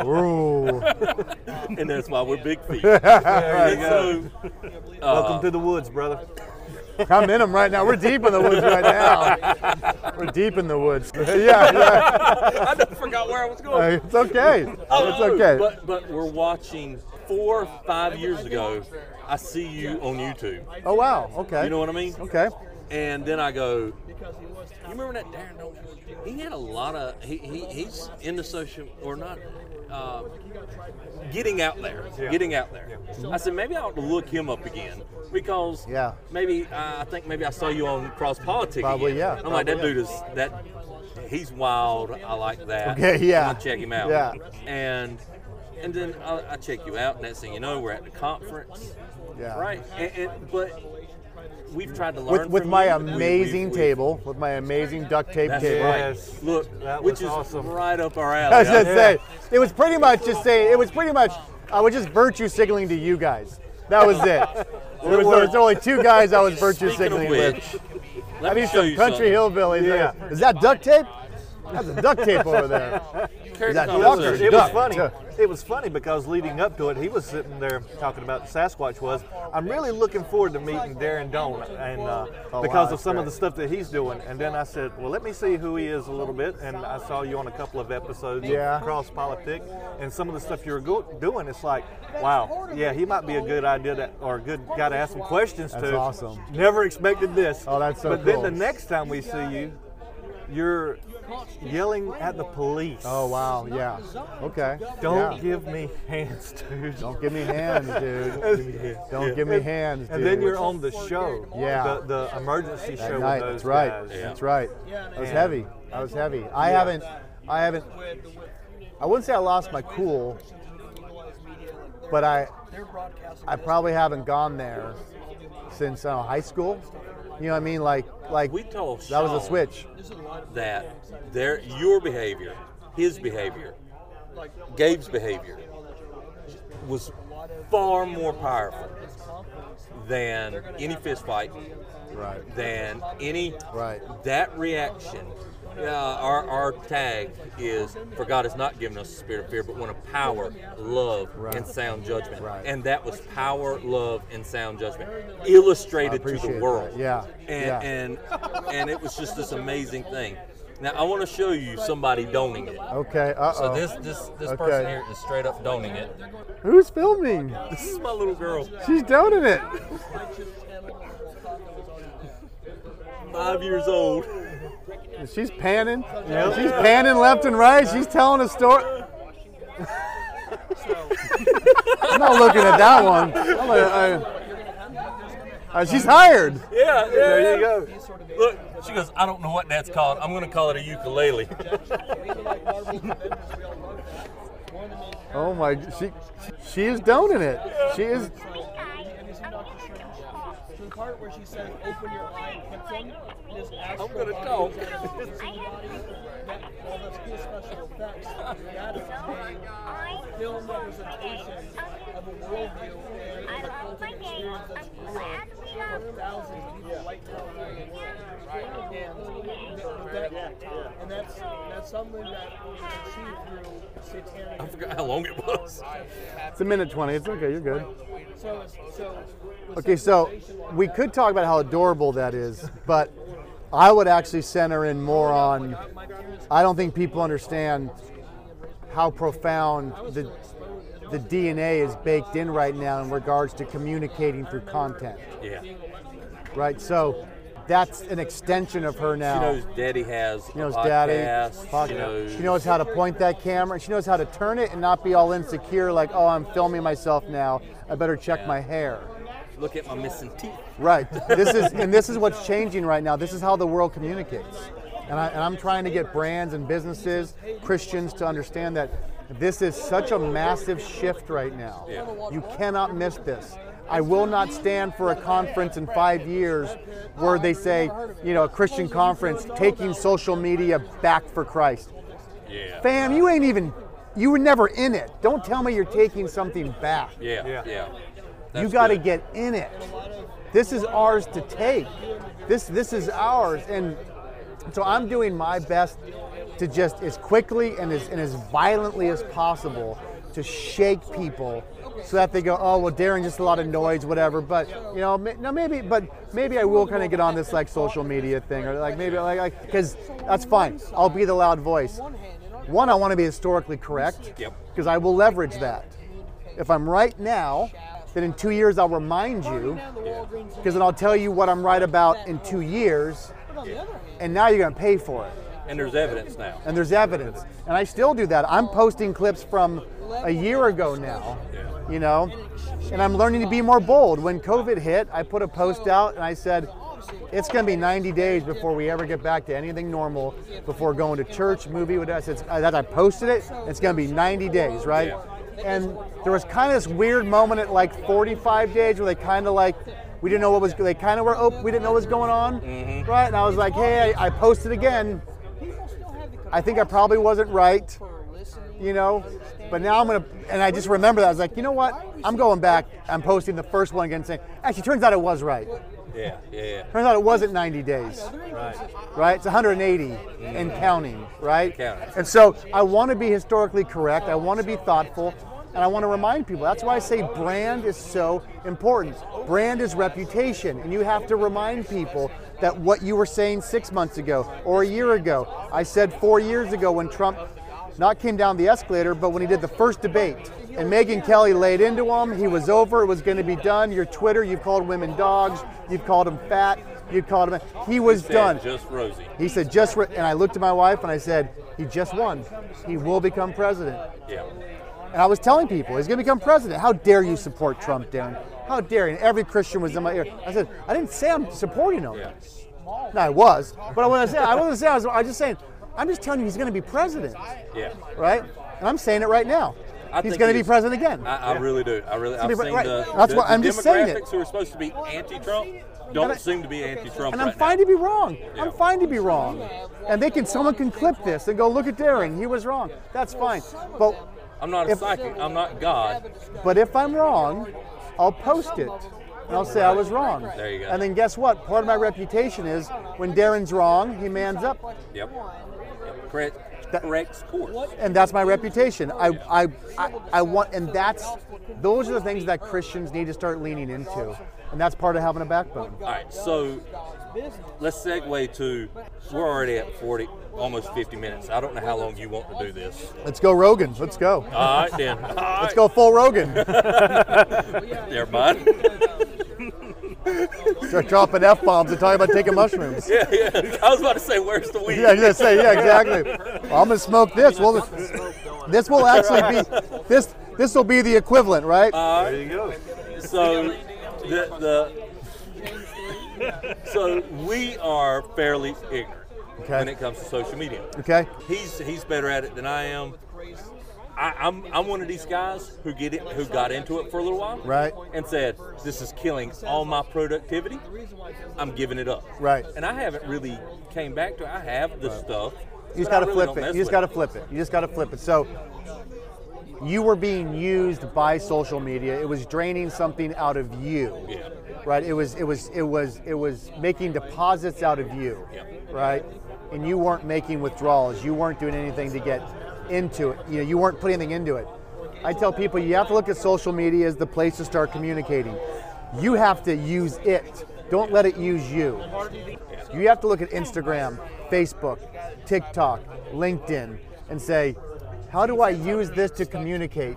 Rural.
and that's why we're big feet. And so,
Welcome to the woods, brother.
I'm in them right now. We're deep in the woods right now. We're deep in the woods. yeah, yeah.
I done forgot where I was going.
It's okay. It's
Oh,
okay.
But but we're watching four or five years ago. I see you on YouTube.
oh wow. Okay.
You know what I mean?
Okay.
And then I go. You remember that Darren Dolan? He had a lot of. He, he he's in the social or not. Uh, getting out there, getting out there. I said maybe I ought to look him up again because
Yeah.
maybe I I think maybe I saw you on Cross Politics.
Probably,
again.
yeah,
I'm like that
probably,
dude is that. He's wild. I like that.
Okay, yeah.
I'm gonna check him out.
Yeah.
And and then I, I check you out. Next thing you know, we're at the conference.
Yeah.
Right. And, and but we've tried to learn
With,
from
with my
you. We- we-
amazing
we-
table, with my amazing duct tape
That's
table.
right.
Yes.
Look,
That
which
was
is
awesome.
right up our
I
alley.
was gonna
Yeah.
say it was pretty much just saying it was pretty much I was just virtue signaling to you guys. That was it. There was, there was only two guys I was
Speaking
virtue
of
signaling with.
which, let
I
me
need
show
some
you
country
something.
hillbillies.
Yeah.
Is that duct tape? That's a duct tape over there.
Here
Is that
comes
duck
a
or
It was
duck?
funny.
Duck.
It was funny because leading up to it, he was sitting there talking about the Sasquatch. Was I'm really looking forward to meeting Darren Doan, and uh,
Oh, wow,
because of
that's
some
great.
of the stuff that he's doing. And then I said, well, let me see who he is a little bit. And I saw you on a couple of episodes
Yeah.
of Cross Politic, and some of the stuff you were go- doing. It's like, wow, yeah, he might be a good idea to, or a good guy to ask some questions
That's
to.
awesome.
Never expected this.
Oh, that's so
But
cool.
then the next time we see you, you're yelling at the police.
Oh wow, yeah. Okay.
Don't
Yeah.
give me hands, dude.
Don't give me hands, dude. Don't give me hands, dude.
And then you're on the show.
Yeah.
The, the emergency
that
show
night. That's
with those
right.
guys.
That's right. That was
Yeah.
heavy. That was heavy. I haven't. I haven't. I wouldn't say I lost my cool, but I
They're broadcasting.
I probably haven't gone there since uh, high school. You know what I mean? Like like
We told
that was a
Sean
switch.
That their your behavior, his behavior, Gabe's behavior was far more powerful than any fist fight,
Right.
than any
Right.
that reaction. Uh, our, our tag is for God has not given us a spirit of fear, but one of power, love, and sound judgment.
Right.
And that was power, love, and sound judgment illustrated to
appreciate
the
that.
world.
Yeah,
And
yeah.
and and it was just this amazing thing. Now I want to show you somebody doning it.
Okay. Uh
So
oh.
this this this
Okay.
person here is straight up doning it.
Who's filming?
This is my little girl.
She's doing it.
Five years old.
She's panning. She's panning left and right. She's telling a story. I'm not looking at that one. I'm like, I- Uh, she's hired.
Yeah, yeah.
There you go.
Look, she goes, I don't know what that's called. I'm gonna call it a ukulele.
Oh my! She she is doning it. She is.
uh,
To the part where she says, "Open your eye and hit them." Is
I'm gonna talk.
all that's cool special effects. That is a film representation of a worldview and
I love my game. I'm glad we got
thousands of people like and that's that's something that was achieved through satanic.
I forgot how long it was.
It's a minute twenty. It's okay. You're good.
So so with
Okay, so we could talk about how adorable that is, but I would actually center in more on. I don't think people understand how profound the the DNA is baked in right now in regards to communicating through content,
Yeah.
right? So that's an extension of her
She
now.
knows daddy has
Oh. She knows
a
daddy.
podcast.
pod-
She knows,
She knows how to point that camera. She knows how to turn it and not be all insecure, like, oh, I'm filming myself now. I better check my hair.
look at my missing teeth.
Right. This is and this is what's changing right now. This is how the world communicates, and, I, and I'm trying to get brands and businesses, Christians, to understand that this is such a massive shift right now. You cannot miss this. I will not stand for a conference in five years where they say, you know, a Christian conference taking social media back for Christ.
Yeah.
Fam, you ain't even, you were never in it. Don't tell me you're taking something back.
Yeah. Yeah.
Yeah.
You
That's
got to
good.
get in it. This is ours to take. This this is ours, and so I'm doing my best to just as quickly and as and as violently as possible to shake people so that they go, oh well, Darren just a lot of noise, whatever. But you know, ma- no, maybe, but maybe I will kind of get on this like social media thing or like maybe like because that's fine. I'll be the loud voice. One, I want to be historically correct
Yep.
because I will leverage that. If I'm right now, then in two years I'll remind you because then I'll tell you what I'm right about in two years, and now you're gonna pay for it
And there's evidence now.
and there's evidence. And I still do that. I'm posting clips from a year ago now, you know, and I'm learning to be more bold. When COVID hit, I put a post out and I said, it's going to be 90 days before we ever get back to anything normal, before going to church, movie, whatever. I, said, I, that I posted it, it's going to be 90 days, right? And there was kind of this weird moment at like 45 days where they kind of like, we didn't know what was, they kind of were, oh, we didn't know what was going on, right? And I was like, hey, I, I posted again. I think I probably wasn't right, you know. But now I'm gonna, and I just remember that I was like, you know what? I'm going back. I'm posting the first one again, saying, actually, turns out it was right.
Yeah, yeah, yeah.
Turns out it wasn't 90 days, right? It's 180 and counting, right?
Mm-hmm. Counting.
And so I want to be historically correct. I want to be thoughtful, and I want to remind people. That's why I say brand is so important. Brand is reputation, and you have to remind people that what you were saying six months ago or a year ago. I said four years ago when Trump not came down the escalator, but when he did the first debate. And Megan Kelly laid into him. He was over. It was going to be done. Your Twitter, you've called women dogs. You've called him fat. You called him. He was
Said
done.
Just Rosie.
He said, just, re-, and I looked at my wife and I said, he just won. He will become president.
Yeah.
And I was telling people, he's going to become president. How dare you support Trump, Darren? How dare you? And every Christian was in my ear. I said, I didn't say I'm supporting him.
Yeah.
No, I was. But I wasn't saying, I wasn't saying, I was, I was just saying, I'm just telling you he's going to be president,
Yeah.
right? And I'm saying it right now.
I
he's
think
going to
he
be
is.
president again.
I, I really do. I really. I've
Somebody-
seen
right.
the,
That's
the,
what-
the
I'm just saying it.
demographics who are supposed to be anti-Trump
And I-
don't seem to be anti-Trump.
and I'm
right now.
fine to be wrong.
Yeah.
I'm fine to be wrong. And they can, someone can clip this and go, look at Darren, he was wrong. That's fine. But
I'm not a
If-
psychic. I'm not God.
But if I'm wrong, I'll post it and I'll say I was wrong.
There you go.
And then guess what? Part of my reputation is when Darren's wrong, he mans up.
Yep. Yep. Correct. Corrects course.
And that's my reputation. I, I, I, I want, and that's, those are the things that Christians need to start leaning into. And that's part of having a backbone.
All right. So let's segue to we're already at 40, almost 50 minutes. I don't know how long you want to do this.
Let's go, Rogan. Let's go.
All right then. All
Let's go full Rogan.
right, There, bud.
Start dropping F bombs and talking about taking mushrooms.
yeah, yeah. I was about to say, where's the weed?
Yeah, yeah, say, yeah, exactly. Well, I'm gonna smoke this. Well, this, this will actually be this. This will be the equivalent, right?
Uh,
There you go.
So the, the so we are fairly ignorant
Okay.
when it comes to social media.
okay.
He's he's better at it than I am. I, I'm I'm one of these guys who get it who got into it for a little while,
Right.
And said this is killing all my productivity. I'm giving it up,
Right.
And I haven't really came back to. it. I have the stuff.
You
but
just
I
gotta
really
flip
don't
it.
mess
You just
with
gotta flip it. You just gotta flip it. So you were being used by social media. It was draining something out of you.
Yeah.
Right? It was it was it was it was making deposits out of you.
Yeah.
Right? And you weren't making withdrawals. You weren't doing anything to get into it. You know, you weren't putting anything into it. I tell people you have to look at social media as the place to start communicating. You have to use it. Don't let it use you. You have to look at Instagram, Facebook, TikTok, LinkedIn, and say, how do I use this to communicate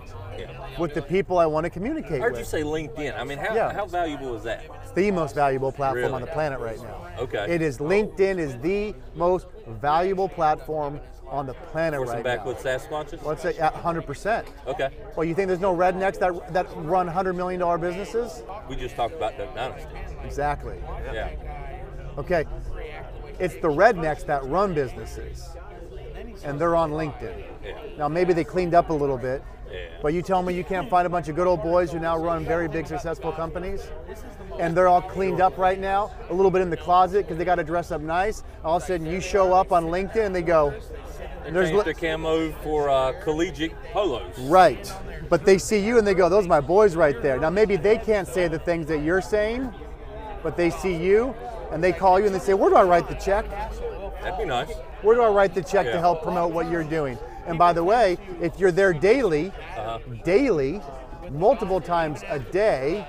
with the people I want to communicate
I heard you
with?
say LinkedIn. I mean, how,
Yeah.
how valuable is that?
It's the most valuable platform
Really?
on the planet right now.
Okay.
It is LinkedIn is the most valuable platform on the planet
For some
right now.
backwoods Sasquatches?
Let's say at 100%.
Okay.
Well, you think there's no rednecks that that run 100 million dollar businesses?
We just talked about Duck Dynasty.
Exactly.
Yeah.
Okay. It's the rednecks that run businesses. And they're on LinkedIn.
Yeah.
Now maybe they cleaned up a little bit.
Yeah.
But you tell me you can't find a bunch of good old boys who now run very big successful companies and they're all cleaned up right now, a little bit in the closet because they got to dress up nice. All of a sudden you show up on LinkedIn and they go,
There's
there's li-
the camo for uh, collegiate polos.
right. But they see you and they go, those are my boys right there. Now maybe they can't say the things that you're saying, but they see you and they call you and they say, where do I write the check?
That'd be nice.
Where do I write the check to
Yeah.
help promote what you're doing? And by the way, if you're there daily, daily, multiple times a day,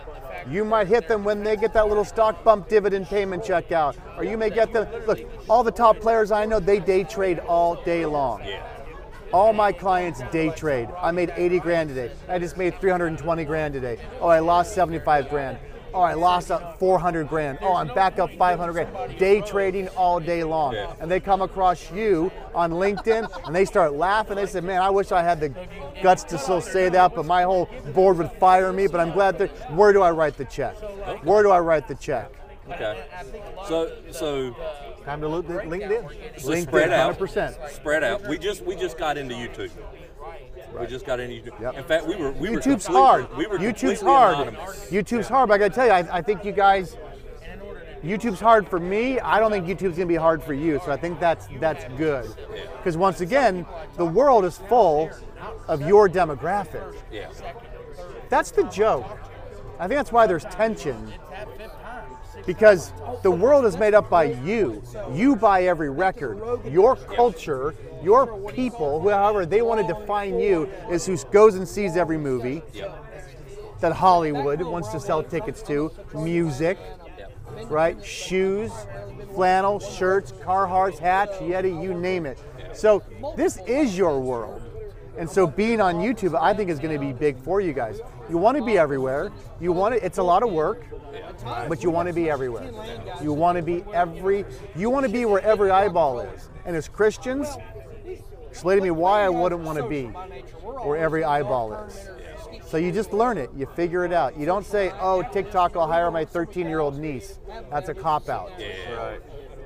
you might hit them when they get that little stock bump dividend payment check out. Or you may get them. Look, all the top players I know, they day trade all day long.
Yeah.
All my clients day trade. I made 80 grand today. I just made 320 grand today. Oh, I lost 75 grand. Oh, I lost up 400 grand. Oh, I'm back up 500 grand. Day trading all day long.
Yeah.
And they come across you on LinkedIn and they start laughing. They said, Man, I wish I had the guts to still say that, but my whole board would fire me. But I'm glad that. Where do I write the check? Where do I write the check?
Okay. So so
Time to look at LinkedIn.
so spread out.
100%.
Spread out. We just we just got into YouTube. We just got into YouTube.
Yep.
In fact, we were we were
YouTube's
completely-
hard.
We were
YouTube's
completely
hard.
anonymous.
YouTube's hard, but I gotta tell you, I, I think you guys. YouTube's hard for me. I don't think YouTube's gonna be hard for you. So I think that's that's good. Because once again, the world is full of your demographic.
Yeah.
That's the joke. I think that's why there's tension. Because the world is made up by you. You buy every record. Your culture, your people, however they want to define you, is who goes and sees every movie
Yeah.
that Hollywood wants to sell tickets to, music,
Yeah.
right? Shoes, flannel, shirts, Carhartts, hats, Yeti, you name it. So this is your world. And so being on YouTube, I think is going to be big for you guys. You want to be everywhere. You want to, it's a lot of work, but you want to be everywhere. You want to be every you want to be where every eyeball is. And as Christians, explain to me why I wouldn't want to be where every eyeball is. So you just learn it, you figure it out. You don't say, "Oh, TikTok will hire my 13-year-old niece." That's a cop out.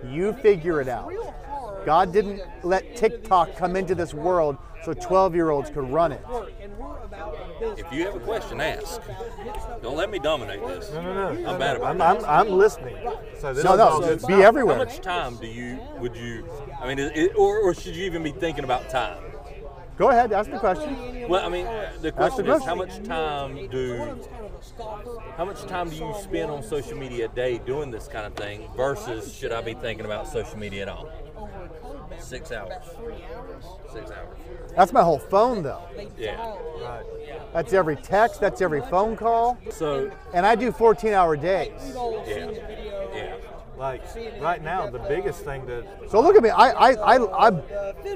You figure it out. God didn't let TikTok come into this world so 12-year-olds could run it.
If you have a question, ask. Don't let me dominate this.
No, no, no.
I'm bad about
I'm, I'm, I'm listening. So this
No,
is all
no,
good.
be
How
everywhere.
much time do you would you? I mean, it, it- or, or should you even be thinking about time?
Go ahead, ask the question.
Well, I mean, uh, the
That's the
question is
question.
how much time do how much time do you spend on social media a day doing this kind of thing versus should I be thinking about social media at all? Six hours. Six hours.
That's my whole phone though.
Yeah.
That's every text, that's every phone call.
So
And I do 14 hour days.
yeah, yeah.
Like right now, the biggest thing that
So look at me. I, I, I, I'm,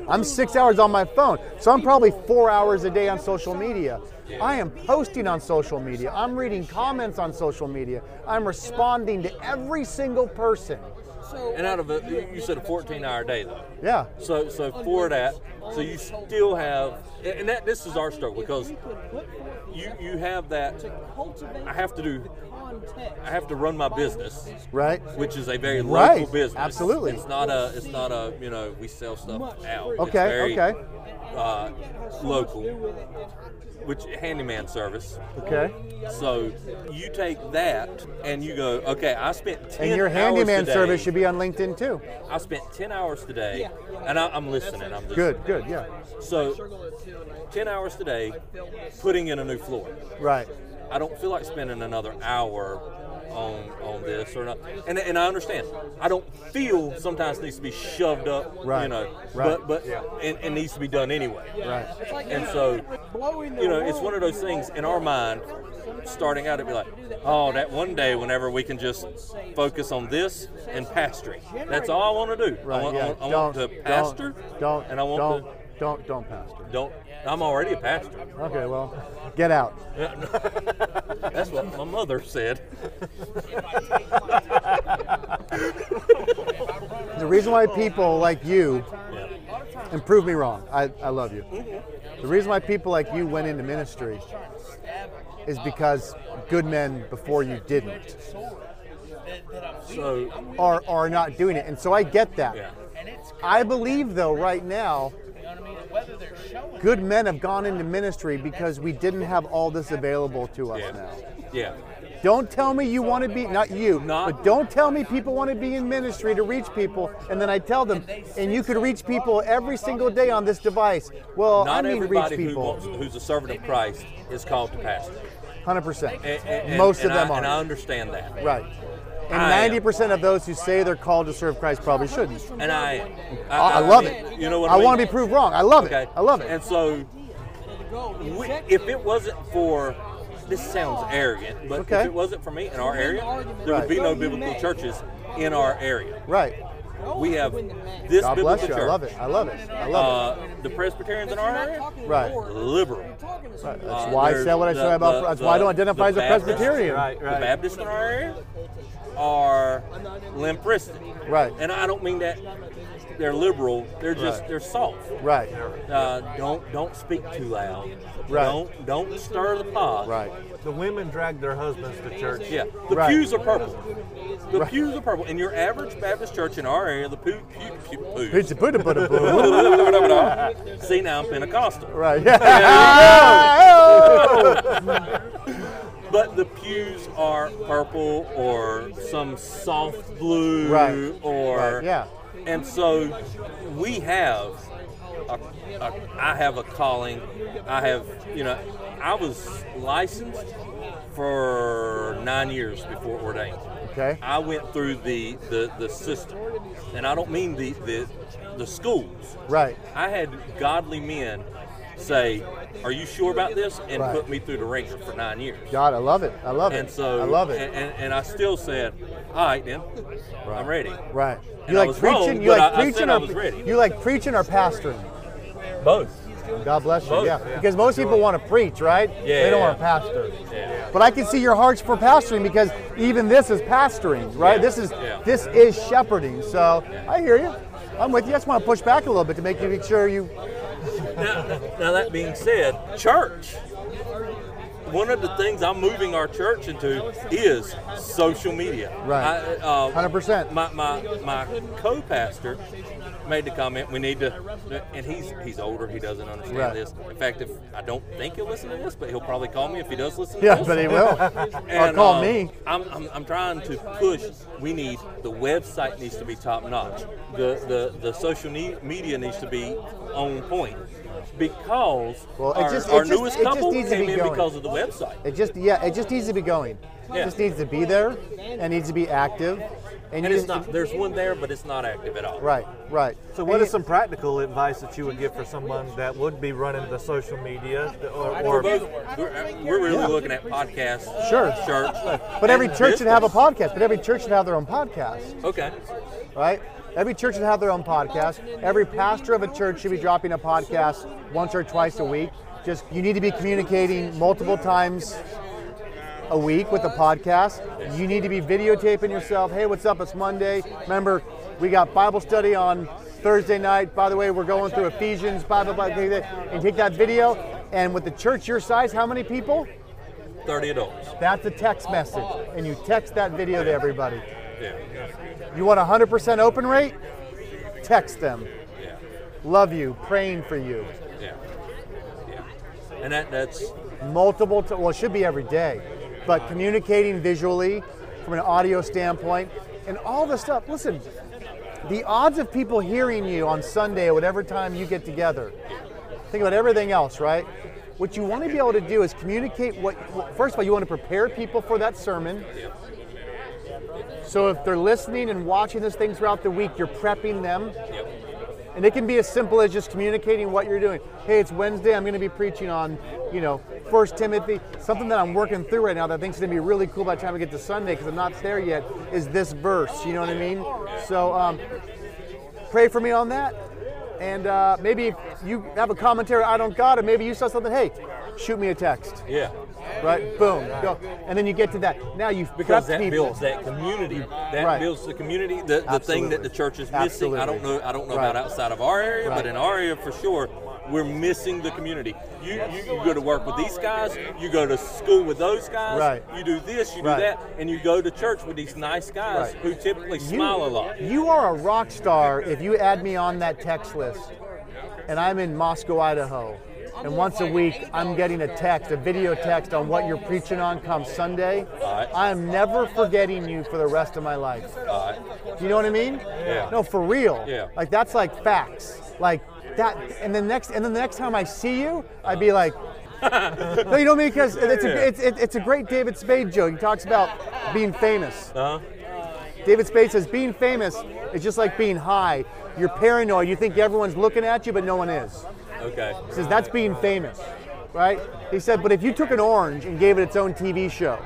I'm six hours on my phone. So I'm probably four hours a day on social media. I am posting on social media. I'm reading comments on social media. I'm responding to every single person.
And out of a, you- you said a 14 hour day though.
Yeah.
So so for that, so you still have, and that this is our struggle because you you have that. I have to do. I have to run my business,
Right?
which is a very local
Right.
business.
Absolutely.
it's not a. It's not a. You know, we sell stuff out. It's
Okay,
very,
okay.
Uh, local, which handyman service.
Okay.
So you take that and you go, okay, I spent ten.
And your handyman
hours today,
service should be on LinkedIn too.
I spent ten hours today, and I, I'm listening. I'm just,
Good, good, yeah.
So, ten hours today, putting in a new floor.
Right.
I don't feel like spending another hour on on this or not. And, and I understand. I don't feel sometimes needs to be shoved up,
Right,
you know.
right.
But but it, it needs to be done anyway.
Right.
And so, you know, it's one of those things in our mind. Starting out, it'd be like, oh, that one day whenever we can just focus on this and pastoring. That's all I want to do. I
Right.
want, I
yeah.
want, I
don't,
want to
don't-
pastor.
Don't.
and I want
don't,
to
don't. Don't pastor.
don't. I'm already a pastor.
Okay. Well, get out.
That's what my mother said.
The reason why people like you, and prove me wrong, I, I love you. The reason why people like you went into ministry is because good men before you didn't,
So
or are not doing it. And so I get that.
yeah,
I believe, though, right now, good men have gone into ministry because we didn't have all this available to us
yeah,
now.
yeah.
Don't tell me you want to be not you,
Not-
but don't tell me people want to be in ministry to reach people, and then I tell them, and you could reach people every single day on this device. Well,
Not
I mean, reach
everybody who wants,
people,
who's a servant of Christ is called to pastor.
hundred percent.
And- and-
Most of
and I-
them
and I
are
understand that.
right. And
I am.
90% of those who say they're called to serve Christ probably shouldn't.
and I, am. I,
I I love it.
You know what I,
I
mean?
want to be proved wrong. I love it. I love it.
And so, we, if it wasn't for this sounds arrogant, but
Okay.
if it wasn't for me in our area, there
Right.
would be no biblical churches in our area.
Right.
We have this
God
biblical
bless you.
church.
I love it. I love it. I love
Uh, the Presbyterians in our area,
it. Right.
liberal.
Right.
Uh,
That's why I
there's
said what I
the-
said about.
the-
that's why I don't
the-
identify as a
the Baptist,
Presbyterian.
Right,
The
right.
Baptists in our area are Limpreston.
Right.
And I don't mean that they're liberal. They're just
Right.
they're soft.
Right.
Uh, don't don't speak too loud.
Right.
Don't don't stir the pot.
Right.
The women drag their husbands to church.
Yeah. The
Right.
pews are purple. The
Right.
pews are purple. In your average Baptist church in our area, the pew pew pew. pews-
Pizza, Buddha, Buddha, Buddha.
See now I'm Pentecostal.
Right.
But the pews are purple or some soft blue
Right.
or
Right, yeah.
And so we have a, a, I have a calling. I have you know I was licensed for 9 years before ordained.
Okay.
I went through the the, the system. And I don't mean the the, the schools.
Right.
I had godly men say, "Are you sure about this?" and
Right.
put me through the ringer for nine years.
God, I love it. I love it.
And so
I love it.
And, and, and I still said, "All right, then, I'm ready."
right.
and
You
I
like
was
preaching?
wrong,
you
but
like
I- I said
preaching
I
or
was ready.
you like preaching or pastoring?
Both.
God bless you.
Both,
yeah.
yeah.
Because most people want to preach, right?
Yeah,
They don't
yeah,
want to pastor.
Yeah.
But I can see your hearts for pastoring because even this is pastoring, right?
Yeah,
This is
yeah.
this is shepherding. So I hear you. I'm with you. I just want to push back a little bit to make you make sure you
Now, now that being said, church. One of the things I'm moving our church into is social media.
Right.
I, uh,
100%.
My my my co-pastor made the comment. We need to, and he's he's older. He doesn't understand
Right.
this. In fact, if I don't think he'll listen to this, but he'll probably call me if he does listen. to
Yeah,
this.
but he will. or
And,
call
um,
me.
I'm, I'm, I'm trying to push. We need the website needs to be top notch. The the the social ne- media needs to be on point because
Well, it
our,
just- it
our
just-
newest
it just
couple
needs to
came
be
in
going.
because of the website.
It just yeah, it just needs to be going. It
Yeah.
just needs to be there and needs to be active. And,
And
you
it's
just-
not. There's one there, but it's not active at all.
right, right.
So, what
And
is some practical advice that you would give for someone that would be running the social media or,
We're,
or
both, we're, we're really
Yeah.
looking at podcasts.
Sure.
Church.
But every
and
church should have a
business.
podcast. But every church should have their own podcast,
Okay.
right? Every church should have their own podcast. Every pastor of a church should be dropping a podcast once or twice a week. Just you need to be communicating multiple times a week with the podcast. You need to be videotaping yourself. Hey, what's up? It's Monday. Remember, we got Bible study on Thursday night. By the way, we're going through Ephesians, blah, blah, blah. And take that video. And with the church your size, how many people?
Thirty adults.
That's a text message. And you text that video to everybody.
Yeah.
You want 100% open rate? Text them.
Yeah.
Love you. Praying for you.
Yeah. Yeah. And that that's
multiple t- well it should be every day but communicating visually from an audio standpoint and all the stuff listen the odds of people hearing you on sunday at whatever time you get together think about everything else right what you want to be able to do is communicate what what- first of all you want to prepare people for that sermon so if they're listening and watching this thing throughout the week you're prepping them and it can be as simple as just communicating what you're doing. Hey, it's Wednesday. I'm going to be preaching on, you know, First Timothy. Something that I'm working through right now that I think is going to be really cool by the time we get to Sunday because I'm not there yet. Is this verse? You know what I mean? So um, pray for me on that. And uh, maybe if you have a commentary I don't got, or maybe you saw something. Hey, shoot me a text,
yeah.
right? Boom, go, and then you get to that. Now you've
because
prepped
that
people.
builds that community. That
Right.
builds the community. The, the thing that the church is missing. I don't know. I don't know
Absolutely.
about outside of our area,
Right.
but in our area for sure, we're missing the community. You, you you go to work with these guys. You go to school with those guys.
Right.
You do this. You
Right.
do that, and you go to church with these nice guys
Right.
who typically
You-
smile a lot.
You are a rock star if you add me on that text list. And I'm in Moscow, Idaho. And once a week, I'm getting a text, a video text on what you're preaching on come Sunday.
Alright.
I am never forgetting you for the rest of my life.
Uh,
Do you know what I mean?
Yeah.
No, for real.
Yeah.
Like that's like facts. Like that. And the next, and then the next time I see you, I'd be like, no, you know what I mean? Because it's a, it's, it's a great David Spade joke. He talks about being famous.
huh.
David Spade says, being famous is just like being high. You're paranoid. You think everyone's looking at you, but no one is.
Okay.
He says, that's being famous, right? He said, but if you took an orange and gave it its own TV show,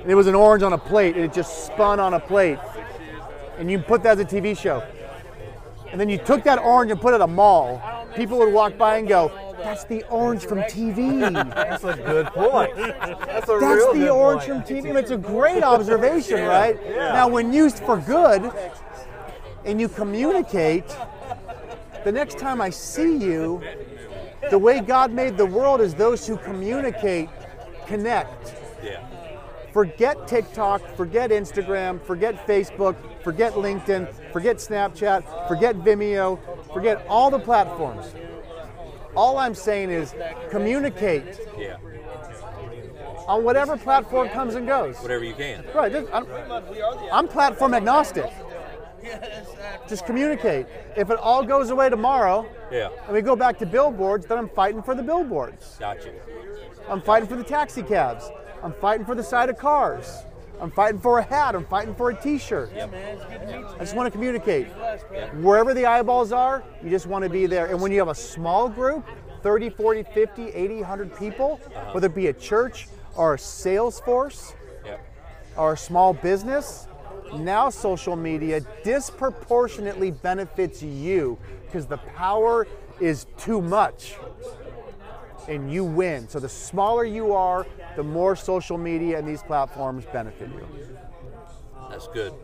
and it was an orange on a plate, and it just spun on a plate, and you put that as a TV show, and then you took that orange and put it at a mall, people would walk by and go, that's the orange from TV.
That's a good point. That's
That's
a real
the
good
orange
point.
from TV. It's a great observation, right? Now, when used for good and you communicate, the next time I see you, the way God made the world is those who communicate connect.
Yeah.
Forget TikTok, forget Instagram, forget Facebook, forget LinkedIn, forget Snapchat, forget Vimeo, forget all the platforms. All I'm saying is communicate
Yeah.
on whatever platform comes and goes.
Whatever you can.
Right. this- I'm, I'm platform agnostic. Just communicate. If it all goes away tomorrow
Yeah.
and we go back to billboards, then I'm fighting for the billboards.
Gotcha.
I'm fighting for the taxi cabs. I'm fighting for the side of cars. I'm fighting for a hat. I'm fighting for a t shirt. I just want to communicate. Wherever the eyeballs are, you just want to be there. And when you have a small group, 30, 40, 50, 80, 100 people, whether it be a church or a sales force,
Yeah.
or a small business, now social media disproportionately benefits you because the power is too much and you win. So the smaller you are, the more social media and these platforms benefit you.
That's good.